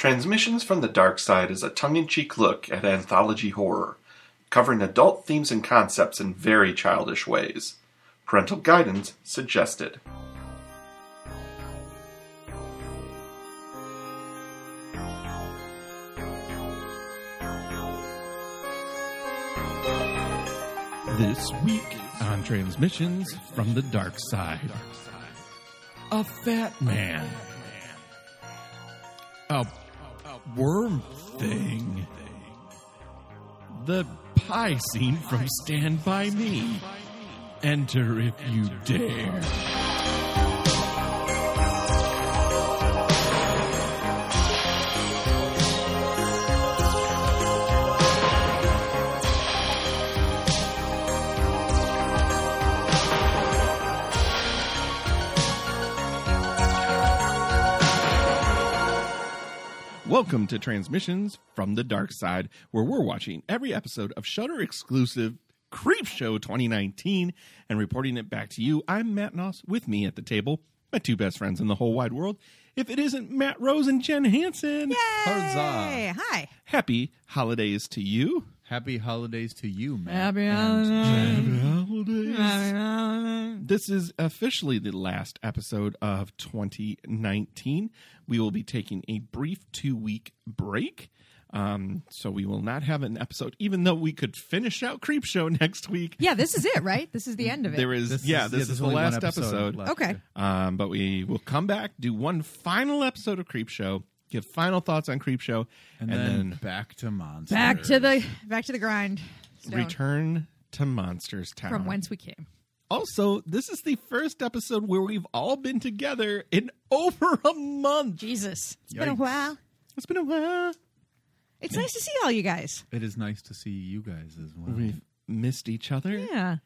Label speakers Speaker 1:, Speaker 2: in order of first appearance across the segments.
Speaker 1: Transmissions from the Dark Side is a tongue-in-cheek look at anthology horror, covering adult themes and concepts in very childish ways. Parental guidance suggested.
Speaker 2: This week on Transmissions from the Dark Side A Fat Man. A worm thing. The pie scene from Stand By Me. Enter if you dare. Welcome to Transmissions from the Dark Side, where we're watching every episode of Shutter exclusive Creep Show 2019 and reporting it back to you. I'm Matt Noss, with me at the table, my two best friends in the whole wide world. If it isn't Matt Rose and Jen Hansen,
Speaker 3: Huzzah.
Speaker 4: Hi.
Speaker 2: happy holidays to you.
Speaker 3: Happy holidays to you, man.
Speaker 4: Happy
Speaker 2: Holidays. This is officially the last episode of 2019. We will be taking a brief two week break. Um, so we will not have an episode, even though we could finish out Creep Show next week.
Speaker 4: Yeah, this is it, right? This is the end of it.
Speaker 2: There is, yeah, this is the
Speaker 3: only one
Speaker 2: last episode.
Speaker 3: left.
Speaker 4: Okay.
Speaker 2: Um, but we will come back, do one final episode of Creep Show, give final thoughts on Creep Show,
Speaker 3: And, then, back to monsters.
Speaker 4: back to the back to the grind. Stone,
Speaker 2: return to Monsters Town.
Speaker 4: from whence we came.
Speaker 2: Also, this is the first episode where we've all been together in over a month.
Speaker 4: Jesus, it's been a
Speaker 3: Yikes.
Speaker 4: while.
Speaker 2: It's been a while.
Speaker 4: It's nice to see all you guys.
Speaker 3: It is nice to see you guys as well.
Speaker 2: We've missed each other
Speaker 4: Yeah,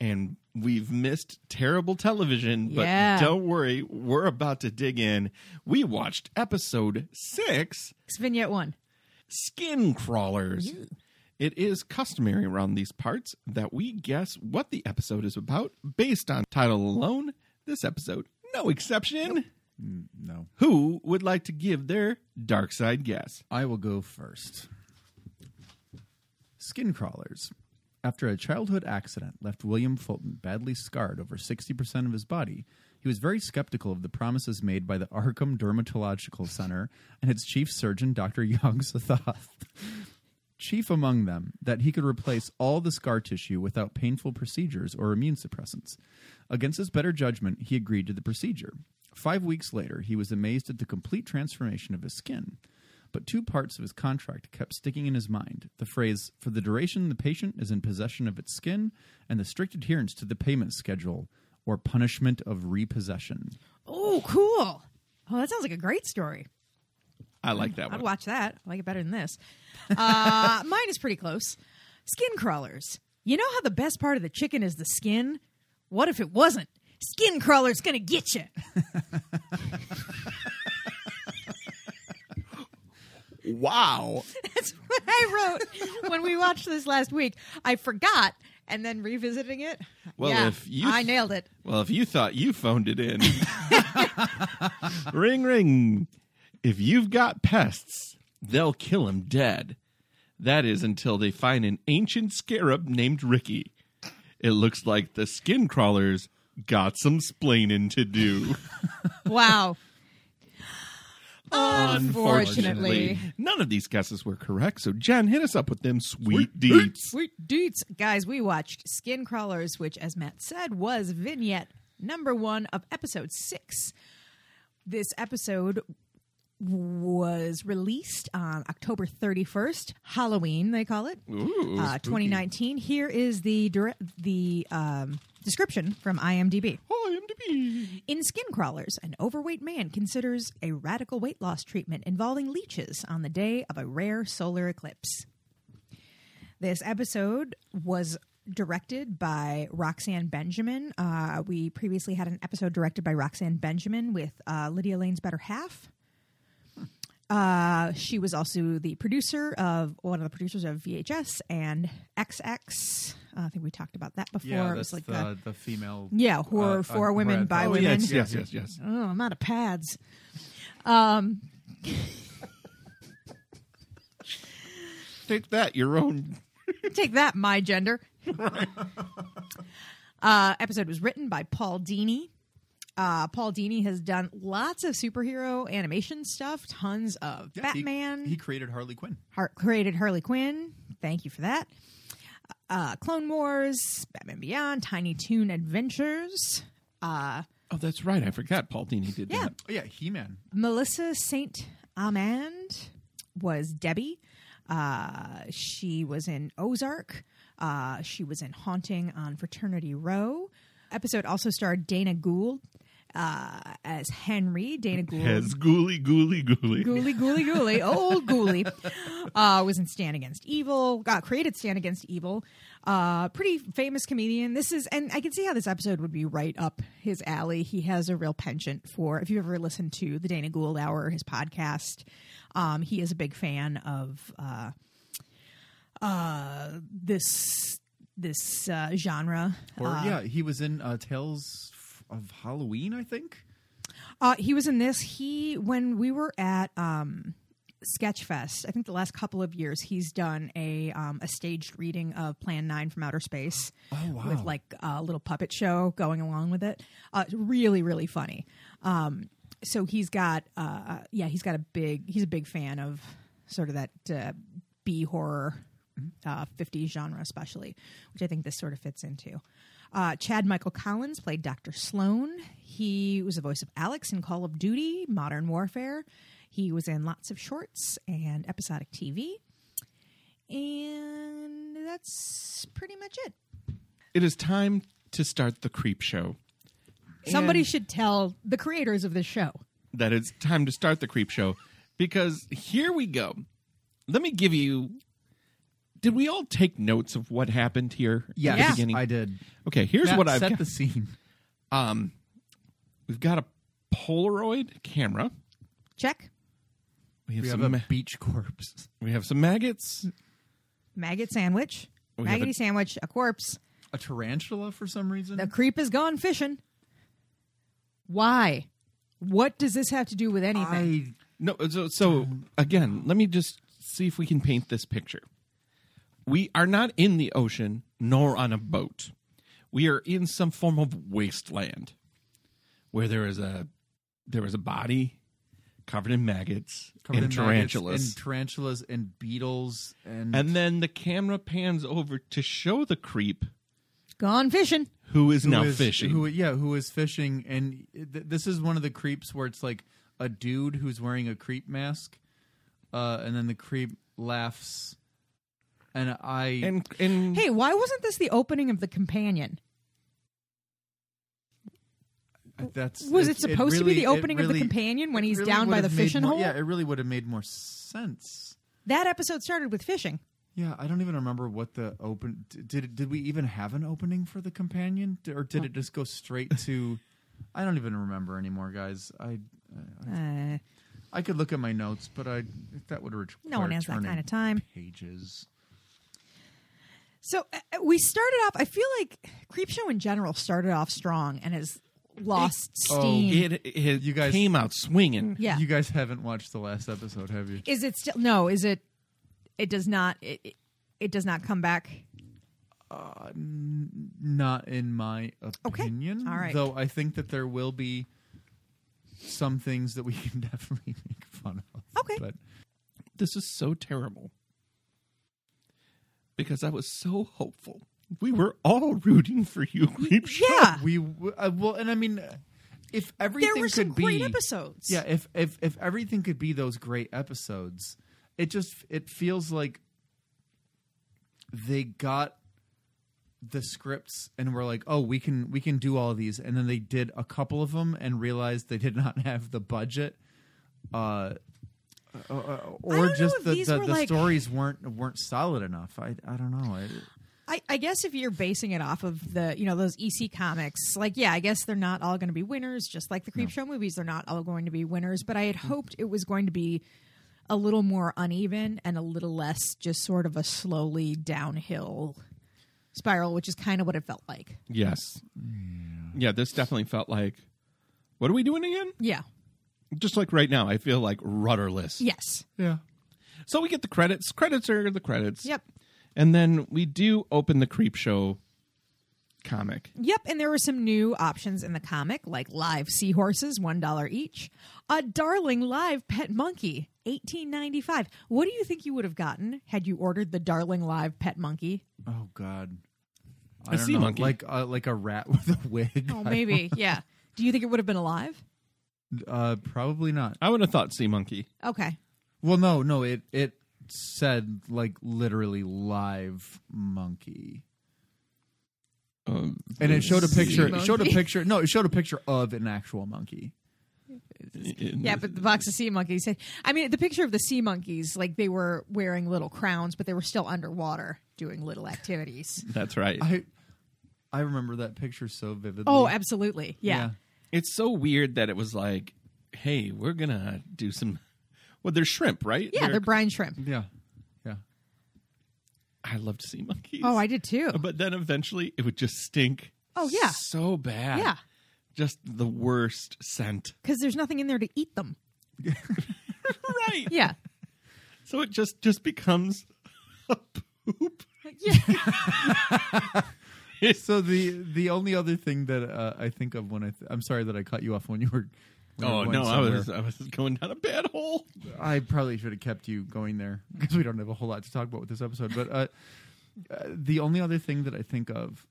Speaker 2: and we've missed terrible television, but
Speaker 4: Yeah.
Speaker 2: don't worry, we're about to dig in. We watched episode six
Speaker 4: it's vignette one.
Speaker 2: Skin Crawlers. It is customary around these parts that we guess what the episode is about based on title alone. This episode, no exception.
Speaker 3: no,
Speaker 2: Who would like to give their dark side guess?
Speaker 3: I will go first. Skin crawlers. After a childhood accident left William Fulton badly scarred over 60% of his body, he was very skeptical of the promises made by the Arkham Dermatological Center and its chief surgeon, Dr. Young Sathoth. Chief among them, that he could replace all the scar tissue without painful procedures or immune suppressants. Against his better judgment, he agreed to the procedure. Five weeks later, he was amazed at the complete transformation of his skin. But two parts of his contract kept sticking in his mind the phrase, for the duration the patient is in possession of its skin, and the strict adherence to the payment schedule, or punishment of repossession.
Speaker 4: Oh, cool. Oh, that sounds like a great story.
Speaker 2: I like that
Speaker 4: I'd
Speaker 2: one.
Speaker 4: watch that. I like it better than this. Uh, mine is pretty close. Skin crawlers. You know how the best part of the chicken is the skin? What if it wasn't? Skin crawler's gonna get you.
Speaker 2: Wow.
Speaker 4: That's what I wrote when we watched this last week. I forgot, and then revisiting it.
Speaker 2: Well,
Speaker 4: yeah,
Speaker 2: if you-
Speaker 4: I nailed it.
Speaker 2: Well, if you thought you phoned it in, ring, ring. If you've got pests, they'll kill 'em dead. That is until they find an ancient scarab named Ricky. It looks like the skin crawlers got some splaining to do.
Speaker 4: Wow. Unfortunately.
Speaker 2: none of these guesses were correct. So, Jen, hit us up with them sweet, deets.
Speaker 4: Sweet deets. Guys, we watched Skin Crawlers, which, as Matt said, was vignette number one of episode six. This episode was released on October 31st, Halloween, they call it, uh, 2019. Here is the, dire- the um, description from IMDb.
Speaker 2: Hi, IMDb.
Speaker 4: In Skin Crawlers, an overweight man considers a radical weight loss treatment involving leeches on the day of a rare solar eclipse. This episode was directed by Roxanne Benjamin. Uh, we previously had an episode directed by Roxanne Benjamin with uh, Lydia Lane's better half. Uh, she was also the producer of one of the producers of VHS and XX. Uh, I think we talked about that before. it was like the,
Speaker 3: the female. uh,
Speaker 4: Yeah, horror for women by
Speaker 2: Oh,
Speaker 4: women.
Speaker 2: yes, yes, yes, yes.
Speaker 4: Oh, I'm out of pads.
Speaker 2: Take that, your own.
Speaker 4: Take that, my gender. uh, episode was written by Paul Dini. Uh, Paul Dini has done lots of superhero animation stuff, tons of
Speaker 3: Yeah, he-
Speaker 4: Batman.
Speaker 3: He, created Harley Quinn.
Speaker 4: Har- created Harley Quinn. Thank you for that. Uh, Clone Wars, Batman Beyond, Tiny Toon Adventures. Uh,
Speaker 2: Oh, that's right. I forgot Paul Dini did
Speaker 4: Yeah.
Speaker 2: that.
Speaker 3: Oh yeah, He Man.
Speaker 4: Melissa Saint Amand was Debbie. Uh, she was in Ozark. Uh, she was in Haunting on Fraternity Row. Episode also starred Dana Gould uh, as Henry. Dana Gould.
Speaker 2: Has Ghouly, Ghouly, Ghouly.
Speaker 4: Ghouly, Ghouly, Ghouly, old Ghouly, uh, was in Stand Against Evil, got created Stand Against Evil. Uh, pretty famous comedian. This is, and I can see how this episode would be right up his alley. He has a real penchant for, if you ever listened to the Dana Gould Hour, his podcast, um, he is a big fan of uh, uh, this this uh, genre.
Speaker 3: Or yeah, he was in uh, Tales f- of Halloween, I think.
Speaker 4: Uh, he was in this. He when we were at um, Sketchfest, I think the last couple of years, he's done a um, a staged reading of Plan Nine from Outer Space.
Speaker 3: Oh, wow.
Speaker 4: With like a little puppet show going along with it. Uh, it's really, really funny. Um, so he's got uh, yeah, he's got a big. He's a big fan of sort of that uh, B horror. Uh, 50s genre, especially, which I think this sort of fits into. Uh, Chad Michael Collins played Dr. Sloan. He was the voice of Alex in Call of Duty, Modern Warfare. He was in lots of shorts and episodic TV. And that's pretty much it.
Speaker 2: It is time to start the creep show.
Speaker 4: Somebody
Speaker 2: And-
Speaker 4: should tell the creators of this show.
Speaker 2: that it's time to start the creep show because here we go. Let me give you. Did we all take notes of what happened here? at
Speaker 3: Yes,
Speaker 2: the
Speaker 4: Yeah.
Speaker 2: beginning?
Speaker 3: I did.
Speaker 2: okay, here's
Speaker 3: Matt,
Speaker 2: what I've
Speaker 3: set
Speaker 2: got.
Speaker 3: the scene.
Speaker 2: Um, we've got a Polaroid camera.
Speaker 4: Check.
Speaker 2: We have
Speaker 3: We
Speaker 2: some.
Speaker 3: have a
Speaker 2: ma-
Speaker 3: beach corpse.
Speaker 2: we have some maggots.
Speaker 4: Maggot sandwich.
Speaker 2: We have
Speaker 4: Maggoty
Speaker 2: a-
Speaker 4: sandwich. A corpse.
Speaker 3: A tarantula for some reason.
Speaker 4: The creep is gone fishing. Why? What does this have to do with
Speaker 3: I
Speaker 4: anything?
Speaker 2: No, so, so again, let me just see if we can paint this picture. We are not in the ocean nor on a boat. We are in some form of wasteland where there is a there is a body covered in maggots
Speaker 3: covered
Speaker 2: and
Speaker 3: in maggots
Speaker 2: tarantulas.
Speaker 3: and tarantulas and beetles and,
Speaker 2: and then the camera pans over to show the creep
Speaker 4: gone fishing.
Speaker 2: who is
Speaker 3: who
Speaker 2: now
Speaker 3: is-
Speaker 2: fishing.
Speaker 3: Who, yeah, who is fishing? And th- this is one of the creeps where it's like a dude who's wearing a creep mask, uh, and then the creep laughs, and I
Speaker 2: and and
Speaker 4: Hey, why wasn't this the opening of the companion?
Speaker 3: that's
Speaker 4: Was it
Speaker 3: it's-
Speaker 4: supposed to be
Speaker 3: really-
Speaker 4: the
Speaker 3: it
Speaker 4: opening of the
Speaker 3: really-
Speaker 4: companion when
Speaker 3: it
Speaker 4: he's
Speaker 3: really
Speaker 4: down
Speaker 3: would
Speaker 4: by the
Speaker 3: have made
Speaker 4: fishing
Speaker 3: more-
Speaker 4: hole?
Speaker 3: Yeah, it really would have made more sense.
Speaker 4: That episode started with fishing.
Speaker 3: Yeah, I don't even remember what the open d- did. Did we even have an opening for the companion, D- or did it just go straight to? I don't even remember anymore, guys. I
Speaker 4: Uh,
Speaker 3: I could look at my notes, but I that would require
Speaker 4: No one has that
Speaker 3: turning
Speaker 4: kind of time.
Speaker 3: Pages.
Speaker 4: so uh, uh, we started off. I feel like Creepshow in general started off strong and has lost
Speaker 3: oh,
Speaker 4: steam.
Speaker 2: it, it
Speaker 3: You guys-
Speaker 2: came out swinging.
Speaker 4: yeah,
Speaker 3: You guys haven't watched the last episode, have you?
Speaker 4: is it still no? Is it? It does not. It, it, it does not come back.
Speaker 3: Not in my
Speaker 4: Okay.
Speaker 3: opinion.
Speaker 4: All right.
Speaker 3: Though I think that there will be some things that we can definitely make fun of.
Speaker 4: Okay.
Speaker 3: But
Speaker 2: this is so terrible because I was so hopeful. We were all rooting for you, Creep Show.
Speaker 4: Yeah,
Speaker 3: we w- uh, well, and I mean, if everything
Speaker 4: there were
Speaker 3: could
Speaker 4: some
Speaker 3: be
Speaker 4: great episodes.
Speaker 3: Yeah, if if if everything could be those great episodes, it just it feels like they got the scripts and were like, "Oh, we can we can do all these." And then they did a couple of them and realized they did not have the budget uh uh, uh,
Speaker 4: don't
Speaker 3: or
Speaker 4: know
Speaker 3: just
Speaker 4: if
Speaker 3: the,
Speaker 4: these
Speaker 3: the,
Speaker 4: were
Speaker 3: the
Speaker 4: like-
Speaker 3: stories weren't weren't solid enough. I I don't know. I,
Speaker 4: I, I guess if you're basing it off of the you know those EC comics, like yeah, I guess they're not all going to be winners. Just like the Creepshow movies, they're not all going to be winners. But I had hoped it was going to be a little more uneven and a little less just sort of a slowly downhill spiral, which is kind of what it felt like.
Speaker 2: Yes. Yeah, this definitely felt like, what are we doing again?
Speaker 4: Yeah.
Speaker 2: Just like right now, I feel like rudderless.
Speaker 4: Yes.
Speaker 3: yeah.
Speaker 2: So we get the credits. Credits are the credits.
Speaker 4: Yep.
Speaker 2: And then we do open the creep show comic.
Speaker 4: Yep, and there were some new options in the comic, like live seahorses, one dollar each. A darling live pet monkey, eighteen ninety five. What do you think you would have gotten had you ordered the darling live pet monkey?
Speaker 3: Oh God,
Speaker 2: A sea monkey.
Speaker 3: like uh, like a rat with a wig.
Speaker 4: Oh, maybe, yeah. Do you think it would have been alive?
Speaker 3: Uh, probably not.
Speaker 2: I would have thought Sea Monkey.
Speaker 4: Okay,
Speaker 3: Well, no, no. It it said like literally live monkey,
Speaker 2: Um,
Speaker 3: and it showed a picture.
Speaker 4: Sea
Speaker 3: It showed a
Speaker 4: monkey.
Speaker 3: picture. No, it showed a picture of an actual monkey.
Speaker 4: yeah, but the box of sea monkeys. eh, I mean, the picture of the sea monkeys, like they were wearing little crowns, but they were still underwater doing little activities.
Speaker 2: That's right.
Speaker 3: I I remember that picture so vividly.
Speaker 4: Oh, absolutely, yeah.
Speaker 2: it's so weird that it was like, hey, we're gonna do some. Well, they're shrimp, right?
Speaker 4: Yeah, they're brine shrimp.
Speaker 3: yeah, yeah.
Speaker 2: I loved sea monkeys.
Speaker 4: Oh, I did too.
Speaker 2: But then eventually, it would just stink.
Speaker 4: Oh, yeah.
Speaker 2: so bad.
Speaker 4: Yeah.
Speaker 2: just the worst scent.
Speaker 4: Because there's nothing in there to eat them.
Speaker 2: right.
Speaker 4: Yeah.
Speaker 2: So it just just becomes a poop.
Speaker 4: Yeah.
Speaker 3: So the the only other thing that uh, I think of when I th- I'm sorry that I cut you off when you were. when you were
Speaker 2: Oh
Speaker 3: going
Speaker 2: no, I
Speaker 3: somewhere.
Speaker 2: was I was going down a bad hole.
Speaker 3: I probably should have kept you going there because we don't have a whole lot to talk about with this episode. But uh, uh, the only other thing that I think of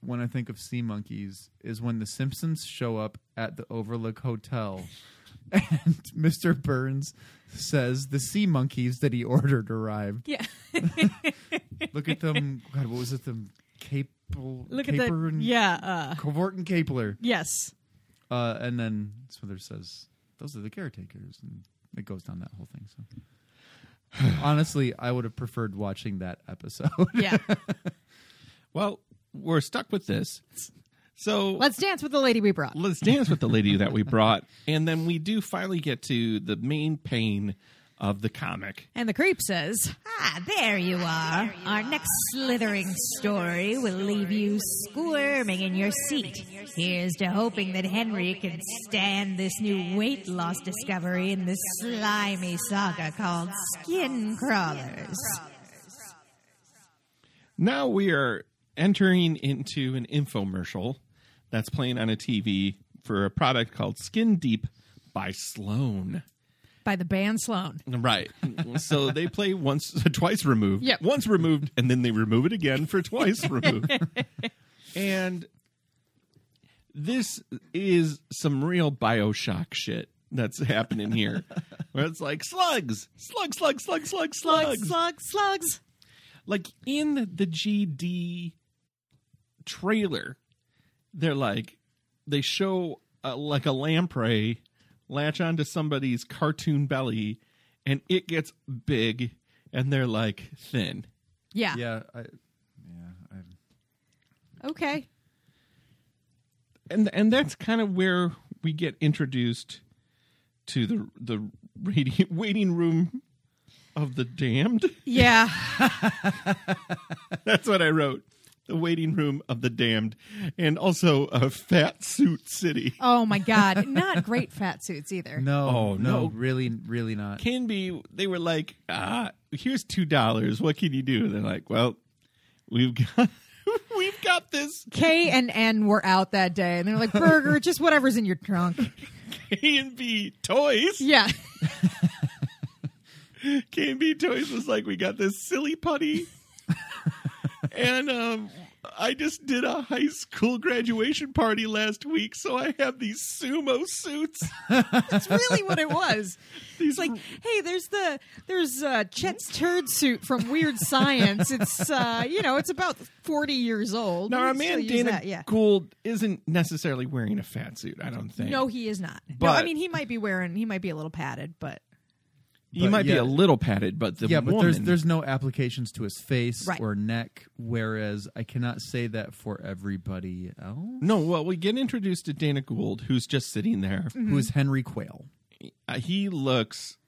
Speaker 3: when I think of sea monkeys is when the Simpsons show up at the Overlook Hotel and Mr. Burns says the sea monkeys that he ordered arrived.
Speaker 4: Yeah.
Speaker 3: Look at them. God, what was it? The capel.
Speaker 4: Look at
Speaker 3: caper
Speaker 4: the
Speaker 3: and,
Speaker 4: yeah. Uh,
Speaker 3: Cavort and Capler.
Speaker 4: yes.
Speaker 3: Uh, and then Smithers says, "Those are the caretakers," and it goes down that whole thing. So, honestly, I would have preferred watching that episode.
Speaker 4: Yeah.
Speaker 2: Well, we're stuck with this. So
Speaker 4: Let's dance with the lady we brought.
Speaker 2: let's dance with the lady that we brought, and then we do finally get to the main pain of the comic.
Speaker 4: And the creep says,
Speaker 5: Ah, there you are. Our next slithering story will leave you squirming in your seat. Here's to hoping that Henry can stand this new weight loss discovery in this slimy saga called Skin Crawlers.
Speaker 2: Now we are entering into an infomercial that's playing on a TV for a product called Skin Deep by Sloan.
Speaker 4: by the band Sloan.
Speaker 2: Right. so they play once, twice removed.
Speaker 4: Yep.
Speaker 2: Once removed, and then they remove it again for twice removed. And this is some real Bioshock shit that's happening here, where it's like slugs, slug, slug, slug, slug,
Speaker 4: Slugs,
Speaker 2: slugs.
Speaker 4: slugs, slugs.
Speaker 2: Like in the GD trailer, they're like they show uh like a lamprey latch onto somebody's cartoon belly and it gets big and they're like thin
Speaker 4: Yeah.
Speaker 3: yeah, I, yeah. I,
Speaker 4: Okay.
Speaker 2: and and that's kind of where we get introduced to the the radi- waiting room of the damned
Speaker 4: Yeah.
Speaker 2: that's what i wrote the waiting room of the damned and also a fat suit city
Speaker 4: Oh my God. Not great fat suits either.
Speaker 3: no,
Speaker 2: Oh,
Speaker 3: no,
Speaker 2: no.
Speaker 3: really, really not.
Speaker 2: can be they were like ah here's two dollars what can you do they're like well we've got we've got this
Speaker 4: K and N were out that day, and they're like, "Burger, just whatever's in your trunk."
Speaker 2: k and b toys
Speaker 4: Yeah.
Speaker 2: k and b toys was like we got this silly putty and um i just did a high school graduation party last week so i have these sumo suits
Speaker 4: That's really what it was.
Speaker 2: these
Speaker 4: It's like, hey, there's the there's uh, Chet's turd suit from Weird Science. It's uh, you know, it's about forty years old.
Speaker 2: now
Speaker 4: We
Speaker 2: our
Speaker 4: can still
Speaker 2: man
Speaker 4: use
Speaker 2: dana
Speaker 4: that, yeah.
Speaker 2: gould isn't necessarily wearing a fat suit i don't think
Speaker 4: No, he is not. no, I
Speaker 2: But-
Speaker 4: mean he might be wearing he might be a little padded, but
Speaker 2: he
Speaker 3: But
Speaker 2: might be a
Speaker 3: yeah.
Speaker 2: little padded but the
Speaker 3: Yeah, but there's
Speaker 2: woman-
Speaker 3: there's no applications to his face
Speaker 4: Right.
Speaker 3: or neck. Whereas I cannot say that for everybody else.
Speaker 2: No, well, we get introduced to Dana Gould, who's just sitting there.
Speaker 4: Mm-hmm.
Speaker 3: Who is Henry Quayle?
Speaker 2: Uh, he looks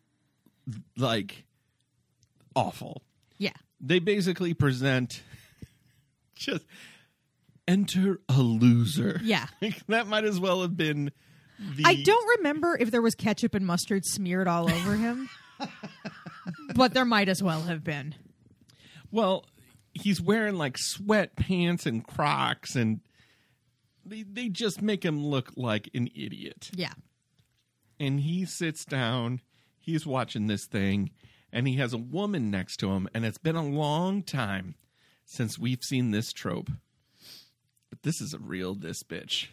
Speaker 2: like awful.
Speaker 4: yeah.
Speaker 2: They basically present just enter a loser.
Speaker 4: Yeah.
Speaker 2: Like, that might as well have been the.
Speaker 4: I don't remember if there was ketchup and mustard smeared all over him. but there might as well have been.
Speaker 2: Well, he's wearing like sweatpants and Crocs, and they they just make him look like an idiot.
Speaker 4: Yeah.
Speaker 2: And he sits down. He's watching this thing, and he has a woman next to him, and it's been a long time since we've seen this trope. But this is a real this bitch.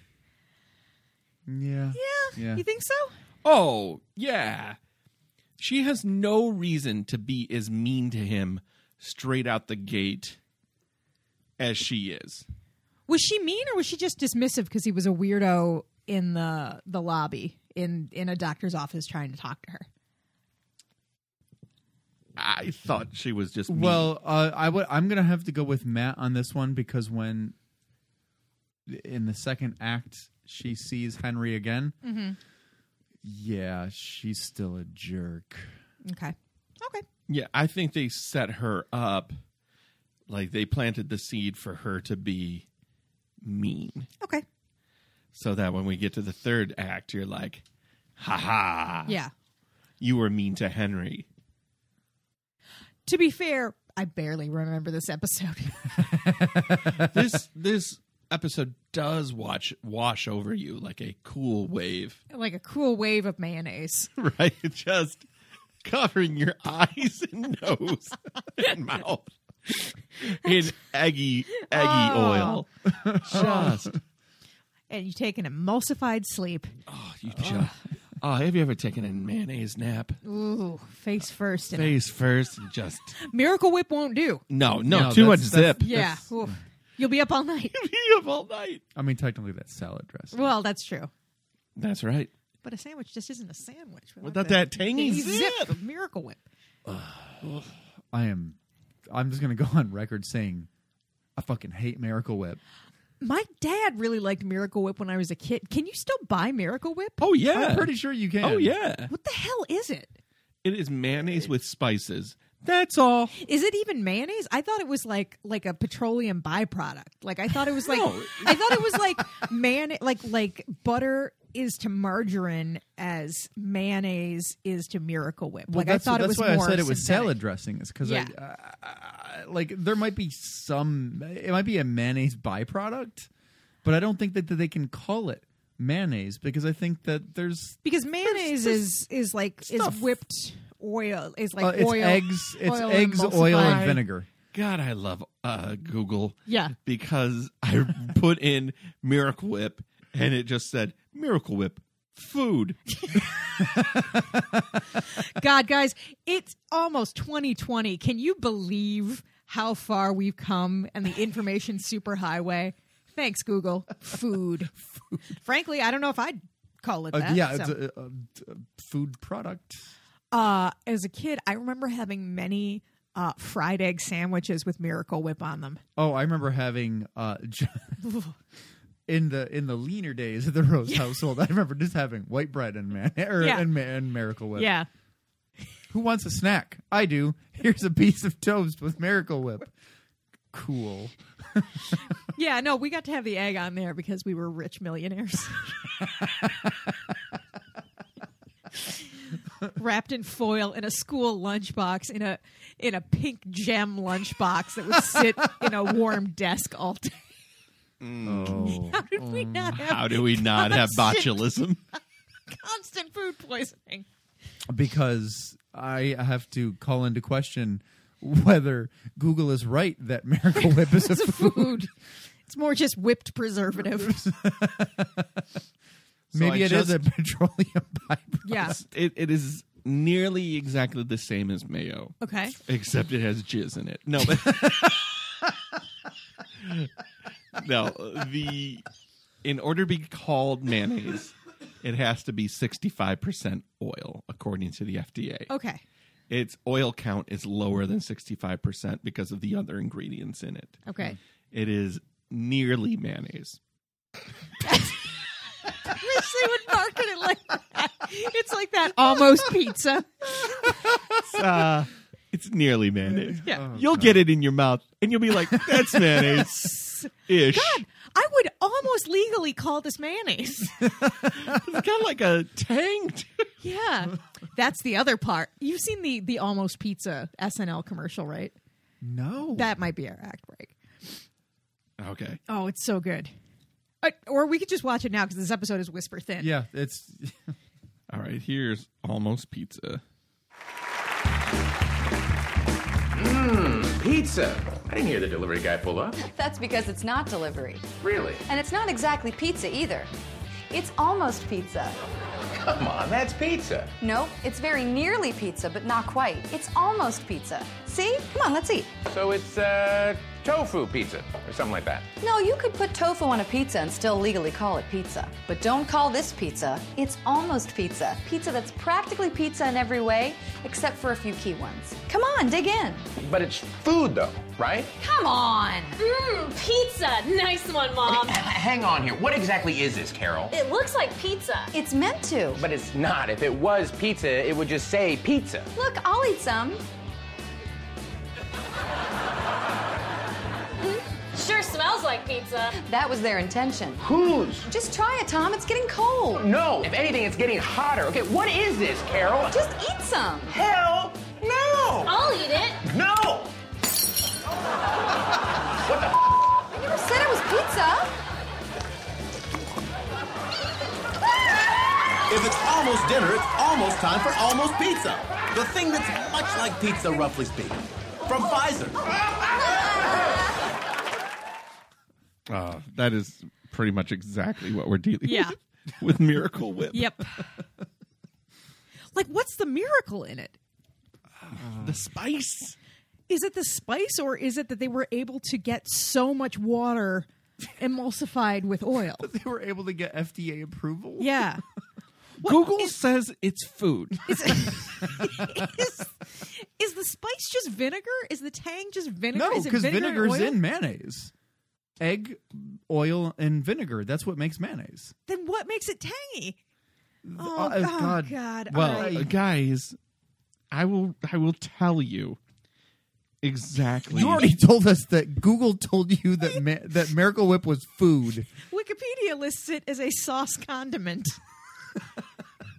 Speaker 3: Yeah.
Speaker 4: You think so?
Speaker 2: Oh, yeah. She has no reason to be as mean to him straight out the gate as she is.
Speaker 4: Was she mean or was she just dismissive because he was a weirdo in the the lobby in in a doctor's office trying to talk to her?
Speaker 2: I thought she was just mean.
Speaker 3: Well, uh, I would. I'm gonna have to go with Matt on this one because when in the second act she sees Henry again,
Speaker 4: Mm-hmm.
Speaker 3: yeah, she's still a jerk.
Speaker 4: Okay. Okay.
Speaker 2: yeah, I think they set her up like they planted the seed for her to be mean.
Speaker 4: Okay.
Speaker 2: So that when we get to the third act, you're like, ha ha,
Speaker 4: Yeah.
Speaker 2: you were mean to Henry.
Speaker 4: To be fair, I barely remember this episode.
Speaker 2: this this episode does watch wash over you like a cool wave,
Speaker 4: like a cool wave of mayonnaise.
Speaker 2: right? Just covering your eyes and nose and mouth in eggy eggy
Speaker 4: Oh.
Speaker 2: oil. Just
Speaker 4: And you take an emulsified sleep.
Speaker 2: oh, you just oh, have you ever taken a mayonnaise nap?
Speaker 4: Ooh, face first. And
Speaker 2: Face first, and just
Speaker 4: Miracle Whip won't do.
Speaker 2: no, no,
Speaker 3: No,
Speaker 2: too much
Speaker 3: that's-
Speaker 2: zip.
Speaker 4: Yeah. Oof. You'll be up all night.
Speaker 2: Be up all night.
Speaker 3: I mean, technically that's salad dressing.
Speaker 4: well, that's true.
Speaker 2: That's right.
Speaker 4: But a sandwich just isn't a sandwich. We
Speaker 2: Without that
Speaker 4: like
Speaker 2: tangy zip.
Speaker 4: of Miracle Whip.
Speaker 3: I am. I'm just gonna go on record saying, I fucking hate Miracle Whip.
Speaker 4: My dad really liked Miracle Whip when I was a kid. Can you still buy Miracle Whip?
Speaker 2: Oh yeah.
Speaker 3: I'm pretty sure you can.
Speaker 2: oh yeah.
Speaker 4: What the hell is it?
Speaker 2: It is mayonnaise with spices. That's all.
Speaker 4: Is it even mayonnaise? I thought it was like like a petroleum byproduct. Like I thought it was like
Speaker 2: No.
Speaker 4: I thought it was like man like like butter is to margarine as mayonnaise is to Miracle Whip.
Speaker 3: Well,
Speaker 4: Like
Speaker 3: that's,
Speaker 4: I thought
Speaker 3: that's
Speaker 4: it was
Speaker 3: why
Speaker 4: more
Speaker 3: I said it was
Speaker 4: synthetic.
Speaker 3: salad dressing. Is because
Speaker 4: Yeah.
Speaker 3: I, uh, I- I- like there might be some. It might be a mayonnaise byproduct, but I don't think that, that they can call it mayonnaise because I think that there's
Speaker 4: because mayonnaise is is like
Speaker 2: stuff.
Speaker 4: is whipped oil is like
Speaker 3: uh, it's
Speaker 4: oil
Speaker 3: eggs, it's
Speaker 4: oil
Speaker 3: eggs, oil,
Speaker 4: emulsified.
Speaker 3: and vinegar.
Speaker 2: God, I love uh, Google.
Speaker 4: Yeah.
Speaker 2: Because I put in Miracle Whip and it just said Miracle Whip food.
Speaker 4: God, guys, it's almost 2020. Can you believe how far we've come and the information superhighway? Thanks, Google. Food. Frankly, I don't know if I'd call it
Speaker 3: Uh,
Speaker 4: that.
Speaker 3: yeah,
Speaker 4: so.
Speaker 3: it's a, a, a food product.
Speaker 4: uh, as a kid, I remember having many uh, fried egg sandwiches with Miracle Whip on them.
Speaker 3: Oh, I remember having uh, j- in the in the leaner days of the Rose household. I remember just having white bread and man or,
Speaker 4: Yeah.
Speaker 3: and, ma- and Miracle Whip.
Speaker 4: Yeah.
Speaker 3: Who wants a snack? I do. Here's a piece of toast with Miracle Whip. Cool.
Speaker 4: Yeah, no, we got to have the egg on there because we were rich millionaires. Wrapped in foil in a school lunchbox in a in a pink gem lunchbox that would sit in a warm desk all day.
Speaker 3: Oh.
Speaker 4: How did we not have
Speaker 2: How do we not have botulism?
Speaker 4: constant food poisoning?
Speaker 3: Because I have to call into question whether Google is right that Miracle Whip is a
Speaker 4: It's food. It's more just whipped preservative.
Speaker 3: maybe
Speaker 2: I
Speaker 3: it is a petroleum byproduct.
Speaker 4: Yeah.
Speaker 2: It, it is nearly exactly the same as mayo,
Speaker 4: Okay.
Speaker 2: except it has jizz in it. No, but. no, the. In order to be called mayonnaise, it has to be 65% oil, according to the FDA.
Speaker 4: Okay.
Speaker 2: its oil count is lower than 65% because of the other ingredients in it.
Speaker 4: Okay.
Speaker 2: It is nearly mayonnaise.
Speaker 4: wish they would market it like that. It's like that almost pizza.
Speaker 2: Uh, It's nearly mayonnaise.
Speaker 4: Yeah. Oh,
Speaker 2: you'll get it in your mouth, and you'll be like, "That's mayonnaise." Ish.
Speaker 4: I would almost legally call this mayonnaise.
Speaker 2: It's kind of like a tang. to it.
Speaker 4: yeah. That's the other part. You've seen the the almost pizza SNL commercial, right?
Speaker 3: No.
Speaker 4: That might be our act break.
Speaker 2: okay.
Speaker 4: Oh, it's so good. Uh, Or we could just watch it now because this episode is whisper thin.
Speaker 3: yeah, it's
Speaker 2: All right. Here's almost pizza.
Speaker 6: Pizza. I didn't hear the delivery guy pull up.
Speaker 7: That's because it's not delivery.
Speaker 6: Really?
Speaker 7: And it's not exactly pizza either. It's almost pizza.
Speaker 6: Come on, that's pizza.
Speaker 7: No, it's very nearly pizza, but not quite. It's almost pizza. See? Come on, let's eat.
Speaker 6: So it's uh, tofu pizza or something like that.
Speaker 7: No, you could put tofu on a pizza and still legally call it pizza. But don't call this pizza. It's almost pizza. Pizza that's practically pizza in every way, except for a few key ones. Come on, dig in.
Speaker 6: But it's food though, right?
Speaker 7: Come on.
Speaker 8: Mmm, pizza. Nice one, Mom.
Speaker 6: Hang on here. What exactly is this, Carol?
Speaker 8: It looks like pizza.
Speaker 7: It's meant to.
Speaker 6: But it's not. If it was pizza, it would just say pizza.
Speaker 7: Look, I'll eat some.
Speaker 8: Sure smells like pizza.
Speaker 7: That was their intention.
Speaker 6: Whose?
Speaker 7: Just try it, Tom. It's getting cold.
Speaker 6: No. If anything, it's getting hotter. Okay, what is this, Carol?
Speaker 7: Just eat some.
Speaker 6: hell no!
Speaker 8: I'll eat it.
Speaker 6: No!
Speaker 7: I never said it was pizza.
Speaker 9: If it's almost dinner, it's almost time for almost pizza. The thing that's much like pizza, roughly speaking. From Pfizer.
Speaker 3: Ah.
Speaker 2: Uh, that is pretty much exactly what we're dealing
Speaker 4: Yeah.
Speaker 2: with with Miracle Whip.
Speaker 4: Yep. like, what's the miracle in it?
Speaker 2: The spice.
Speaker 4: Is it the spice, or is it that they were able to get so much water emulsified with oil?
Speaker 3: they were able to get FDA approval.
Speaker 4: Yeah.
Speaker 2: Google says it's food.
Speaker 4: Is, is, is the spice just vinegar? Is the tang just vinegar?
Speaker 3: No,
Speaker 4: Is it
Speaker 3: because
Speaker 4: vinegar and
Speaker 3: vinegar's
Speaker 4: oil?
Speaker 3: in mayonnaise. Egg, oil, and vinegar. That's what makes mayonnaise.
Speaker 4: Then what makes it tangy? Oh,
Speaker 3: uh,
Speaker 4: oh,
Speaker 3: God.
Speaker 4: God.
Speaker 2: Well,
Speaker 4: I-
Speaker 2: uh, guys, I will. I will tell you exactly.
Speaker 3: You already told us that Google told you that ma- that Miracle Whip was food.
Speaker 4: Wikipedia lists it as a sauce condiment.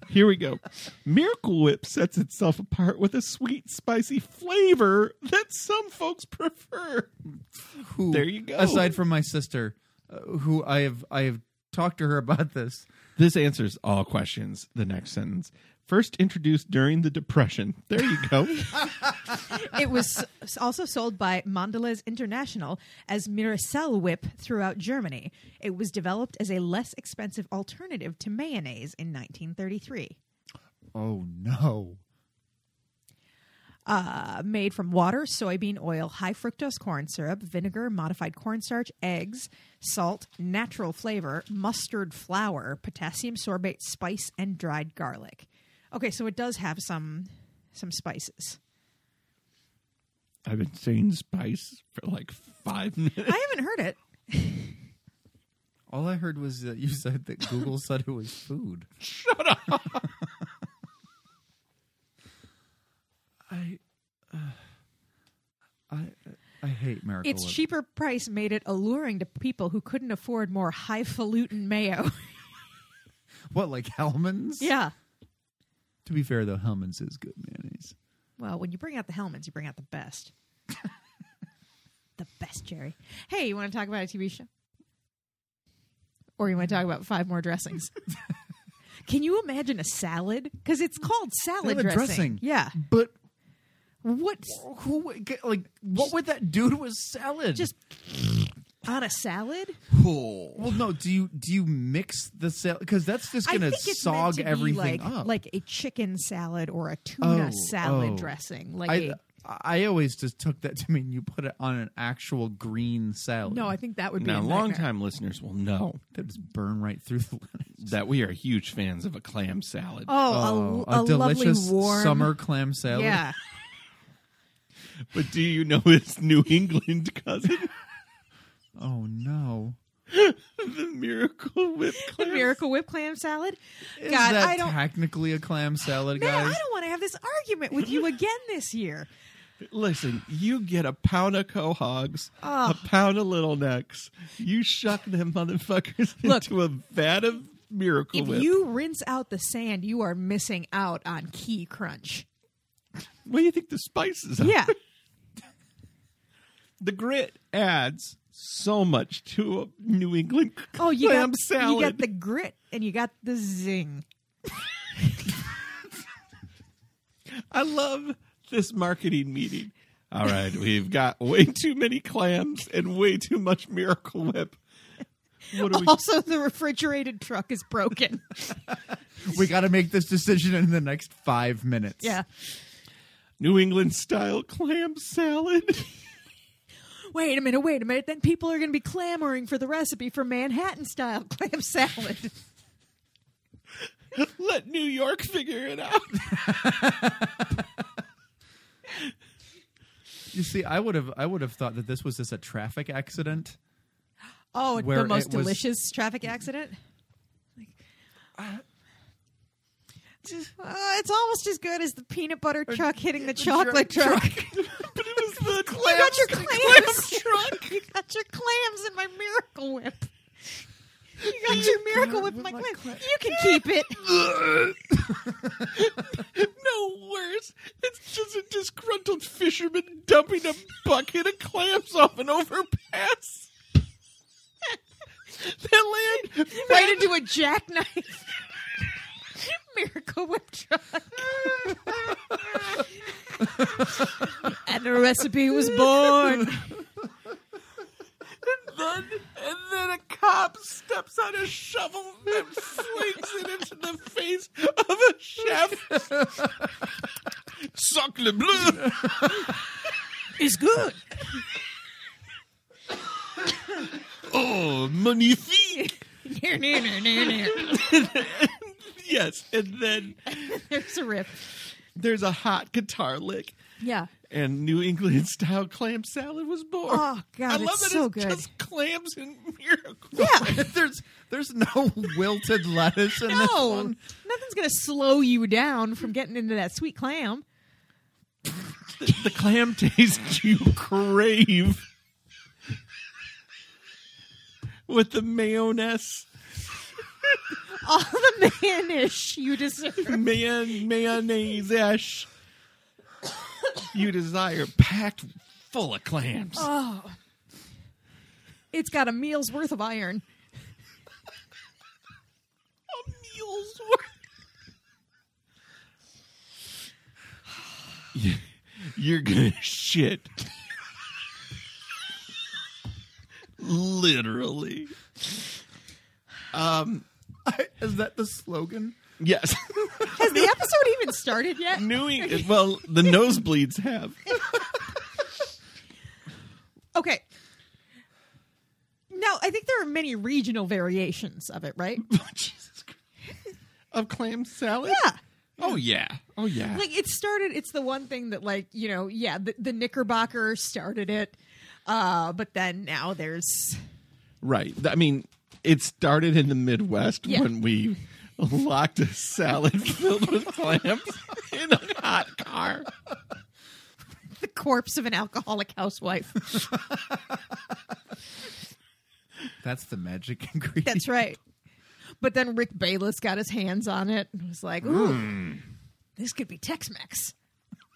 Speaker 2: Here we go. Miracle Whip sets itself apart with a sweet, spicy flavor that some folks prefer.
Speaker 3: Who,
Speaker 2: There you go.
Speaker 3: Aside from my sister, uh, who I have I have talked to her about this.
Speaker 2: This answers all questions. The next sentence. First introduced during the Depression. There you go.
Speaker 4: it was s- also sold by Mondelez International as Miracel Whip throughout Germany. It was developed as a less expensive alternative to mayonnaise in 1933.
Speaker 3: Oh no!
Speaker 4: Uh, made from water, soybean oil, high fructose corn syrup, vinegar, modified cornstarch, eggs, salt, natural flavor, mustard flour, potassium sorbate, spice, and dried garlic. Okay, so it does have some some spices.
Speaker 2: I've been saying spice for like five minutes.
Speaker 4: I haven't heard it.
Speaker 3: All I heard was that you said that Google said it was food. Shut up! I, uh, I, I hate Miracle
Speaker 4: Its
Speaker 3: Whip.
Speaker 4: cheaper price made it alluring to people who couldn't afford more highfalutin mayo.
Speaker 3: What like Hellman's?
Speaker 4: yeah.
Speaker 3: To be fair though, Hellman's is good mayonnaise.
Speaker 4: Well, when you bring out the Hellmans, you bring out the best. the best, Jerry. Hey, you want to talk about a TV show? Or you want to talk about five more dressings? Can you imagine a salad? Because it's called
Speaker 3: Salad
Speaker 4: salad dressing.
Speaker 3: dressing.
Speaker 4: Yeah.
Speaker 3: But
Speaker 4: What?
Speaker 3: who would get- like what would that do to a salad?
Speaker 4: Just on a salad?
Speaker 3: well, no. Do you do you mix the salad because that's just
Speaker 4: I
Speaker 3: gonna
Speaker 4: think it's meant
Speaker 3: sog
Speaker 4: to be
Speaker 3: everything
Speaker 4: like,
Speaker 3: up.
Speaker 4: Like a chicken salad or a tuna
Speaker 3: Oh,
Speaker 4: salad
Speaker 3: oh.
Speaker 4: dressing. Like
Speaker 3: I
Speaker 4: a
Speaker 3: I always just took that to mean you put it on an actual green salad.
Speaker 4: no, I think that would be
Speaker 2: now,
Speaker 4: a
Speaker 2: long
Speaker 4: nightmare.
Speaker 2: time listeners will know
Speaker 3: that just burn right through the lettuce.
Speaker 2: that we are huge fans of a clam salad.
Speaker 4: Oh, a, a, lovely
Speaker 3: delicious
Speaker 4: warm
Speaker 3: summer clam salad.
Speaker 4: Yeah.
Speaker 2: But do you know its New England cousin,
Speaker 3: Oh no.
Speaker 2: the Miracle Whip
Speaker 4: The
Speaker 2: clam?
Speaker 4: Miracle Whip clam salad.
Speaker 3: Is
Speaker 4: God,
Speaker 3: that
Speaker 4: I don't.
Speaker 3: technically a clam salad,
Speaker 4: Man,
Speaker 3: guys?
Speaker 4: I don't want to have this argument with you again this year.
Speaker 2: Listen, you get a pound of quahogs, a pound of little necks. You shuck them motherfuckers
Speaker 4: Look.
Speaker 2: into a vat of miracle
Speaker 4: If
Speaker 2: whip.
Speaker 4: you rinse out the sand, you are missing out on key crunch.
Speaker 2: what do you think the spices are?
Speaker 4: Yeah.
Speaker 2: The grit adds so much to a New England
Speaker 4: Oh, you
Speaker 2: clam
Speaker 4: got
Speaker 2: salad.
Speaker 4: you got the grit and you got the zing.
Speaker 2: I love this marketing meeting. All right, we've got way too many clams and way too much Miracle Whip. What do we?
Speaker 4: Also, the refrigerated truck is broken.
Speaker 3: we got to make this decision in the next five minutes.
Speaker 4: yeah.
Speaker 2: New England style clam salad.
Speaker 4: Wait a minute. Wait a minute. Then people are going to be clamoring for the recipe for Manhattan style clam salad.
Speaker 2: Let New York figure it out.
Speaker 3: You see, I would have, I would have thought that this was just a traffic accident.
Speaker 4: Oh,
Speaker 3: Where
Speaker 4: the most
Speaker 3: it was-
Speaker 4: delicious traffic accident. Like, uh, just- uh, it's almost as good as the peanut butter truck hitting the chocolate truck.
Speaker 2: But it was the
Speaker 4: You got your
Speaker 2: clams.
Speaker 4: clams. you got your clams in my miracle whip. You got your miracle whip, in my clams. You can keep it.
Speaker 2: No worse. It's just a disgruntled fisherman dumping a bucket of clams off an overpass. that land
Speaker 4: right into a jackknife. Miracle Whip truck. and the recipe was born.
Speaker 2: then, and then a cop steps on a shovel and flings it into the face of a chef. Suck le bleu.
Speaker 4: It's good.
Speaker 2: Oh, magnifique.
Speaker 4: There's
Speaker 2: Yes, and then
Speaker 4: a rip.
Speaker 2: there's a hot guitar lick,
Speaker 4: Yeah.
Speaker 2: and New England style clam salad was born.
Speaker 4: Oh, God,
Speaker 2: I love
Speaker 4: it's
Speaker 2: that
Speaker 4: so
Speaker 2: it's
Speaker 4: good.
Speaker 2: just clams and miracles.
Speaker 4: Yeah.
Speaker 3: there's, there's no wilted lettuce in this
Speaker 4: No.
Speaker 3: one.
Speaker 4: Nothing's going to slow you down from getting into that sweet clam.
Speaker 2: The, the clam taste you crave with the mayonnaise.
Speaker 4: All the manish you deserve.
Speaker 2: man mayonnaise ash you desire packed full of clams
Speaker 4: It's got a meal's worth of iron.
Speaker 2: A meal's worth. You- you're gonna shit literally
Speaker 3: Is that the slogan?
Speaker 2: yes
Speaker 4: Has the episode even started yet?
Speaker 2: new Eng- well the nosebleeds have
Speaker 4: Okay. Now, I think there are many regional variations of it, right?
Speaker 2: jesus christ of clam salad
Speaker 4: yeah.
Speaker 2: oh yeah oh yeah
Speaker 4: Like it started it's the one thing that like, you know, yeah, the, the Knickerbocker started it. Uh, but then now there's
Speaker 2: Right. Th- I mean, it started in the Midwest
Speaker 4: Yeah.
Speaker 2: when we locked a salad filled with clams in a hot car.
Speaker 4: the corpse of an alcoholic housewife.
Speaker 3: That's the magic ingredient.
Speaker 4: That's right. But then Rick Bayless got his hands on it and was like, ooh, this could be Tex Mex.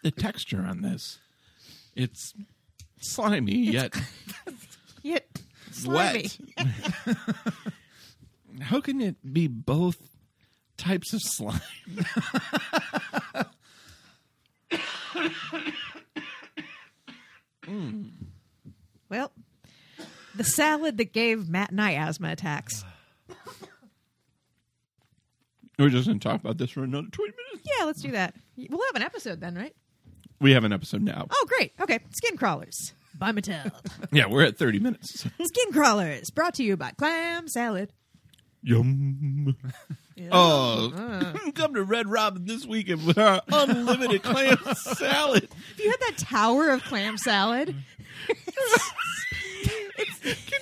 Speaker 2: The texture on this, it's slimy yet
Speaker 4: Yet slimy.
Speaker 2: wet. How can it be both types of slime?
Speaker 4: Well, the salad that gave Matt and I asthma attacks.
Speaker 2: We're just going to talk about this for another 20 minutes.
Speaker 4: Yeah, let's do that. We'll have an episode then, right?
Speaker 2: We have an episode now.
Speaker 4: Oh, great. Okay. Skin Crawlers by Mattel.
Speaker 2: Yeah, we're at 30 minutes.
Speaker 4: Skin Crawlers brought to you by Clam Salad.
Speaker 2: Yum. Oh, come to Red Robin this weekend with our unlimited clam salad.
Speaker 4: If you had that tower of clam salad,